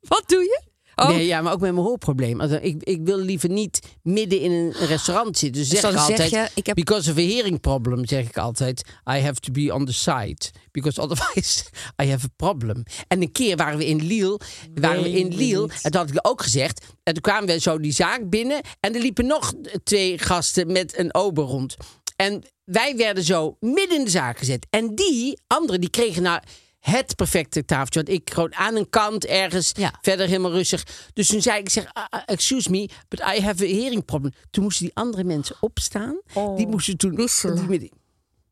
Wat doe je? Oh, Nee, ja, maar ook met mijn hoorprobleem. Also, ik, ik wil liever niet midden in een restaurant zitten. Dus Dus zeg ik dan zeg altijd, je, ik heb- because of a hearing problem, zeg ik altijd, I have to be on the side. Because otherwise I have a problem. En een keer waren we in Lille, waren we in Lille en dat had ik ook gezegd. En toen kwamen we zo die zaak binnen en er liepen nog twee gasten met een ober rond. En wij werden zo midden in de zaak gezet. En die anderen, die kregen nou het perfecte tafeltje. Want ik gewoon aan een kant ergens Ja. verder helemaal rustig. Dus toen zei ik, ik zeg, "Ah, ah, excuse me, but I have a hearing problem. Toen moesten die andere mensen opstaan. Die moesten toen... Die, met-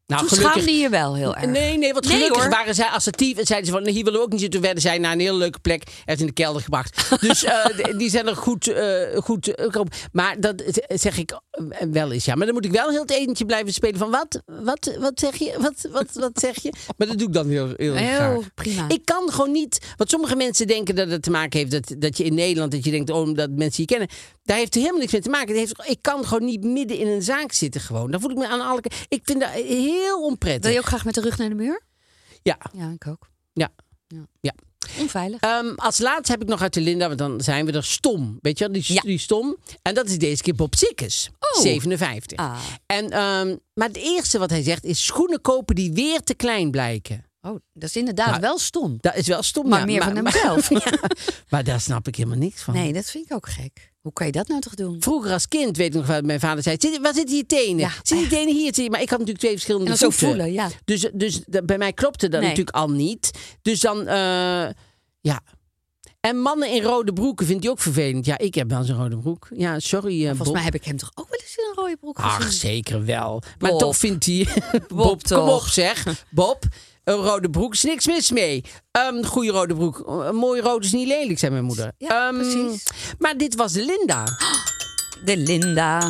nou, Oh, toen schaamde je je wel heel erg. Nee, nee, want Nee, gelukkig hoor. waren zij assertief en zeiden ze van, "Nee, hier willen we ook niet zitten. Toen werden zij naar een hele leuke plek ergens in de kelder gebracht. Dus eh, d- die zijn er goed, eh, goed eh, gekomen. Maar dat eh, zeg ik eh, wel eens, ja. Maar dan moet ik wel heel het etentje blijven spelen van, wat, wat, wat zeg je, wat, wat, wat zeg je? Maar dat doe ik dan heel, heel, Heel graag. prima. Ik kan gewoon niet. Want sommige mensen denken dat het te maken heeft dat, dat je in Nederland. dat je denkt, oh, dat mensen je kennen. Daar heeft er helemaal niks mee te maken. Het heeft, ik kan gewoon niet midden in een zaak zitten. Gewoon. Daar voel ik me aan alle. ke- Ik vind dat heel Wil onprettig. je ook graag met de rug naar de muur? Ja, Ja, ik ook. ja. Onveilig. Ehm, als laatste heb ik nog uit de Linda, want dan zijn we er stom. Weet je wel, die, Ja. die stom. En dat is deze keer Bob Sikkes, Oh. 57. Ah. En, ehm, maar het eerste wat hij zegt is schoenen kopen die weer te klein blijken. Oh, dat is inderdaad Nou, wel stom. Dat is wel stom, Maar ja. meer van maar, hemzelf. maar daar snap ik helemaal niks van. Nee, dat vind ik ook gek. Hoe kan je dat nou toch doen? Vroeger als kind weet ik nog wat mijn vader zei. Zit, waar zitten je tenen? Ja. Zitten je tenen hier? Zitten je- Maar ik had natuurlijk twee verschillende En dan zo voeten. voelen, ja. Dus, dus dat- bij mij klopte dat Nee. natuurlijk al niet. Dus dan, eh, ja. En mannen in rode broeken vindt hij ook vervelend. Ja, ik heb wel eens een rode broek. Ja, sorry eh, Volgens Bob. mij heb ik hem toch ook wel eens in een rode broek gezien. Ach, zeker wel. Maar Bob. toch vindt hij... Bob, kom toch. op zeg. Bob, een rode broek is niks mis mee. Ehm goede rode broek. Een mooie rood is niet lelijk, zei mijn moeder. Ja, Ehm, precies. Maar dit was Linda. De Linda.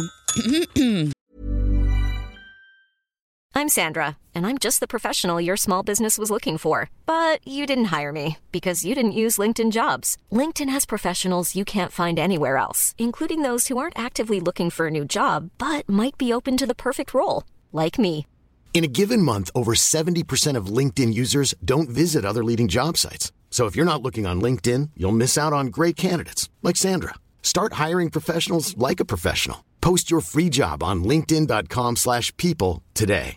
I'm Sandra, and I'm just the professional your small business was looking for. But you didn't hire me because you didn't use LinkedIn jobs. LinkedIn has professionals you can't find anywhere else, including those who aren't actively looking for a new job but might be open to the perfect role, like me. In a given month, over 70% of LinkedIn users don't visit other leading job sites. So if you're not looking on LinkedIn, you'll miss out on great candidates like Sandra. Start hiring professionals like a professional. Post your free job on linkedin.com/people slash people today.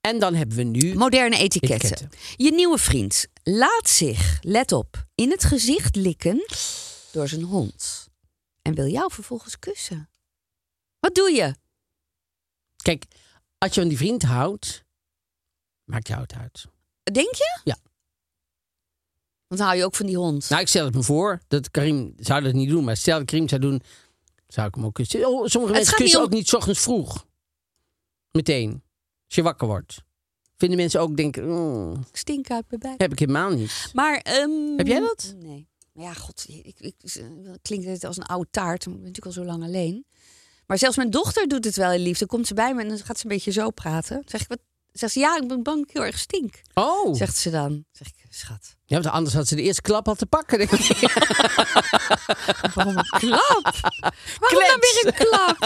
En dan hebben we nu... Moderne etiketten. Etiketten. Je nieuwe vriend laat zich, let op, in het gezicht likken door zijn hond. En wil jou vervolgens kussen. Wat doe je? Kijk, als je van die vriend houdt, maakt jou het uit. Denk je? Ja. Want dan hou je ook van die hond. Nou, ik stel het me voor dat Karim zou dat niet doen, maar stel dat Karim zou doen, zou ik hem ook kussen. Oh, Sommige Het mensen gaat kussen niet om- ook niet 's ochtends vroeg. Meteen. Als je wakker wordt. Vinden mensen ook denken, "Mm, ik stink uit mijn buik. heb ik helemaal niet. Maar, ehm, Heb jij dat? Nee. Maar ja, god, ik, ik, eh, klinkt het als een oude taart. Ik ben natuurlijk al zo lang alleen. Maar zelfs mijn dochter doet het wel in liefde. Komt ze bij me en dan gaat ze een beetje zo praten. Dan zeg ik, wat Zegt ze, ja, ik ben bang dat ik heel erg stink. Oh. Zegt ze dan. Zeg ik, schat. Ja, want anders had ze de eerste klap al te pakken. denk ik. Waarom een klap? Waarom dan Klets. weer een klap?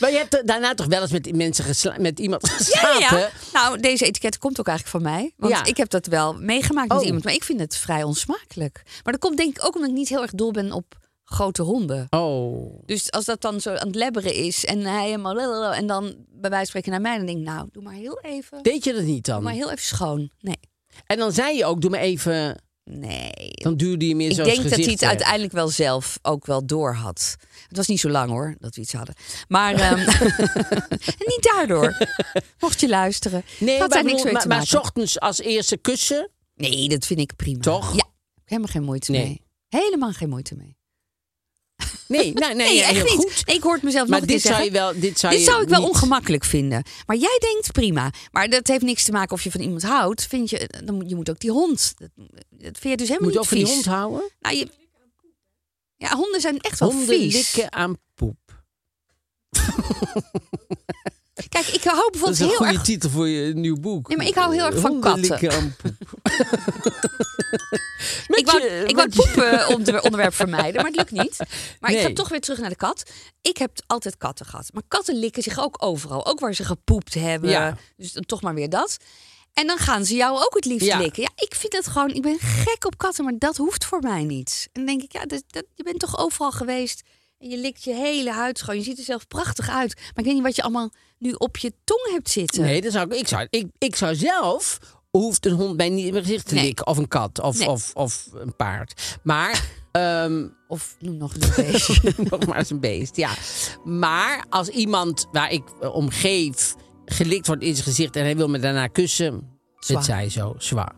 maar je hebt er daarna toch wel eens met, mensen gesla- met iemand Ja, geslapen? ja, ja. Nou, deze etiket komt ook eigenlijk van mij. Want Ja. ik heb dat wel meegemaakt met Oh. iemand. Maar ik vind het vrij onsmakelijk. Maar dat komt denk ik ook omdat ik niet heel erg dol ben op grote honden. Oh. Dus als dat dan zo aan het lebberen is en hij helemaal... lalalala, En dan bij wijze van spreken naar mij, dan denk ik... Nou, doe maar heel even... Deed je dat niet Doe maar dan? heel even schoon. Nee. En dan zei je ook, doe me even... Nee. Dan duwde je meer Ik zo'n denk dat hij het gezicht eh, weg. uiteindelijk wel zelf ook wel door had. Het was niet zo lang hoor, dat we iets hadden. Maar ehm, niet daardoor. Mocht je luisteren. Nee, dat maar, zijn niks bedoel, mee maar, te maar maken. 's ochtends als eerste kussen? Nee, dat vind ik prima. Toch? Ja, helemaal geen moeite Nee. mee. Helemaal geen moeite mee. Nee, nou, nee, ja, echt heel niet. goed. Ik hoor het mezelf Maar nog een dit keer zou je zeggen. wel... Dit, zou dit je zou ik wel niet- ongemakkelijk vinden. Maar jij denkt prima. Maar dat heeft niks te maken of je van iemand houdt. Vind je, dan, moet- je moet ook die hond. Dat, dat vind je dus Moet helemaal je niet ook van die vies. hond houden? Nou, je- ja, honden zijn echt wel Honden vies. likken aan poep. Kijk, ik hou Dat is bijvoorbeeld een heel goede erg. titel voor je nieuw boek. Nee, maar ik hou heel erg van Honden katten. likken aan poep. Met Ik wou, je- ik wou met het je- poepen onder- onderwerp vermijden, maar het lukt niet. Maar ik ga Nee. toch weer terug naar de kat. Ik heb altijd katten gehad. Maar katten likken zich ook overal. Ook waar ze gepoept hebben. Ja. Dus dan toch maar weer dat. En dan gaan ze jou ook het liefst Ja. likken. Ja, ik vind het gewoon... Ik ben gek op katten, maar dat hoeft voor mij niet. En dan denk ik, ja, dat, dat- je bent toch overal geweest... En je likt je hele huid schoon. Je ziet er zelf prachtig uit. Maar ik weet niet wat je allemaal nu op je tong hebt zitten. Nee, dat zou ik, ik, zou, ik, ik zou zelf. Hoeft een hond mij niet in mijn gezicht te Nee. likken. Of een kat. Of, Nee. of, of een paard. Maar. ehm, Of noem nog een beestje. nog maar eens een beest. Ja. Maar als iemand waar ik eh, om geef. gelikt wordt in zijn gezicht. en hij wil me daarna kussen. Zwaar. Het zij zo. Zwaar.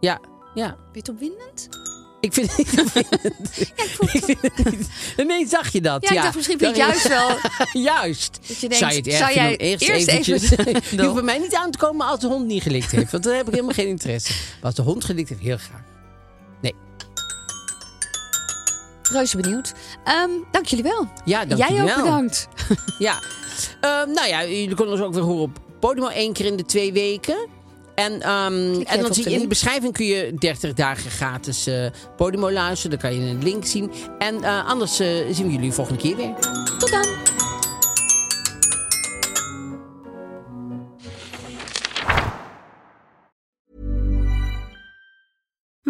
Ja. Ja. Vind je het opwindend? Ik vind ik vind het. Ja, ik voel het. ik vind het niet. Ineens zag je dat. Ja, ik dacht, misschien vind je het juist wel... Juist. Dat je denkt, zou je het erg zou vinden jij om eerst, eerst eventjes... even- je hoeft bij mij niet aan te komen als de hond niet gelikt heeft. Want dan heb ik helemaal geen interesse. Maar als de hond gelikt heeft, heel graag. Reuze benieuwd. Ehm, dank jullie wel. Ja, dank Jij jullie ook wel. bedankt. Ja. Ehm, nou ja, jullie kunnen ons ook weer horen op Podimo één keer in de twee weken. En, ehm, even en op dan zie de je in de link. beschrijving kun je 30 dagen gratis eh, Podimo luisteren. Dan kan je een link zien. En eh, anders eh, zien we jullie volgende keer weer. Tot dan.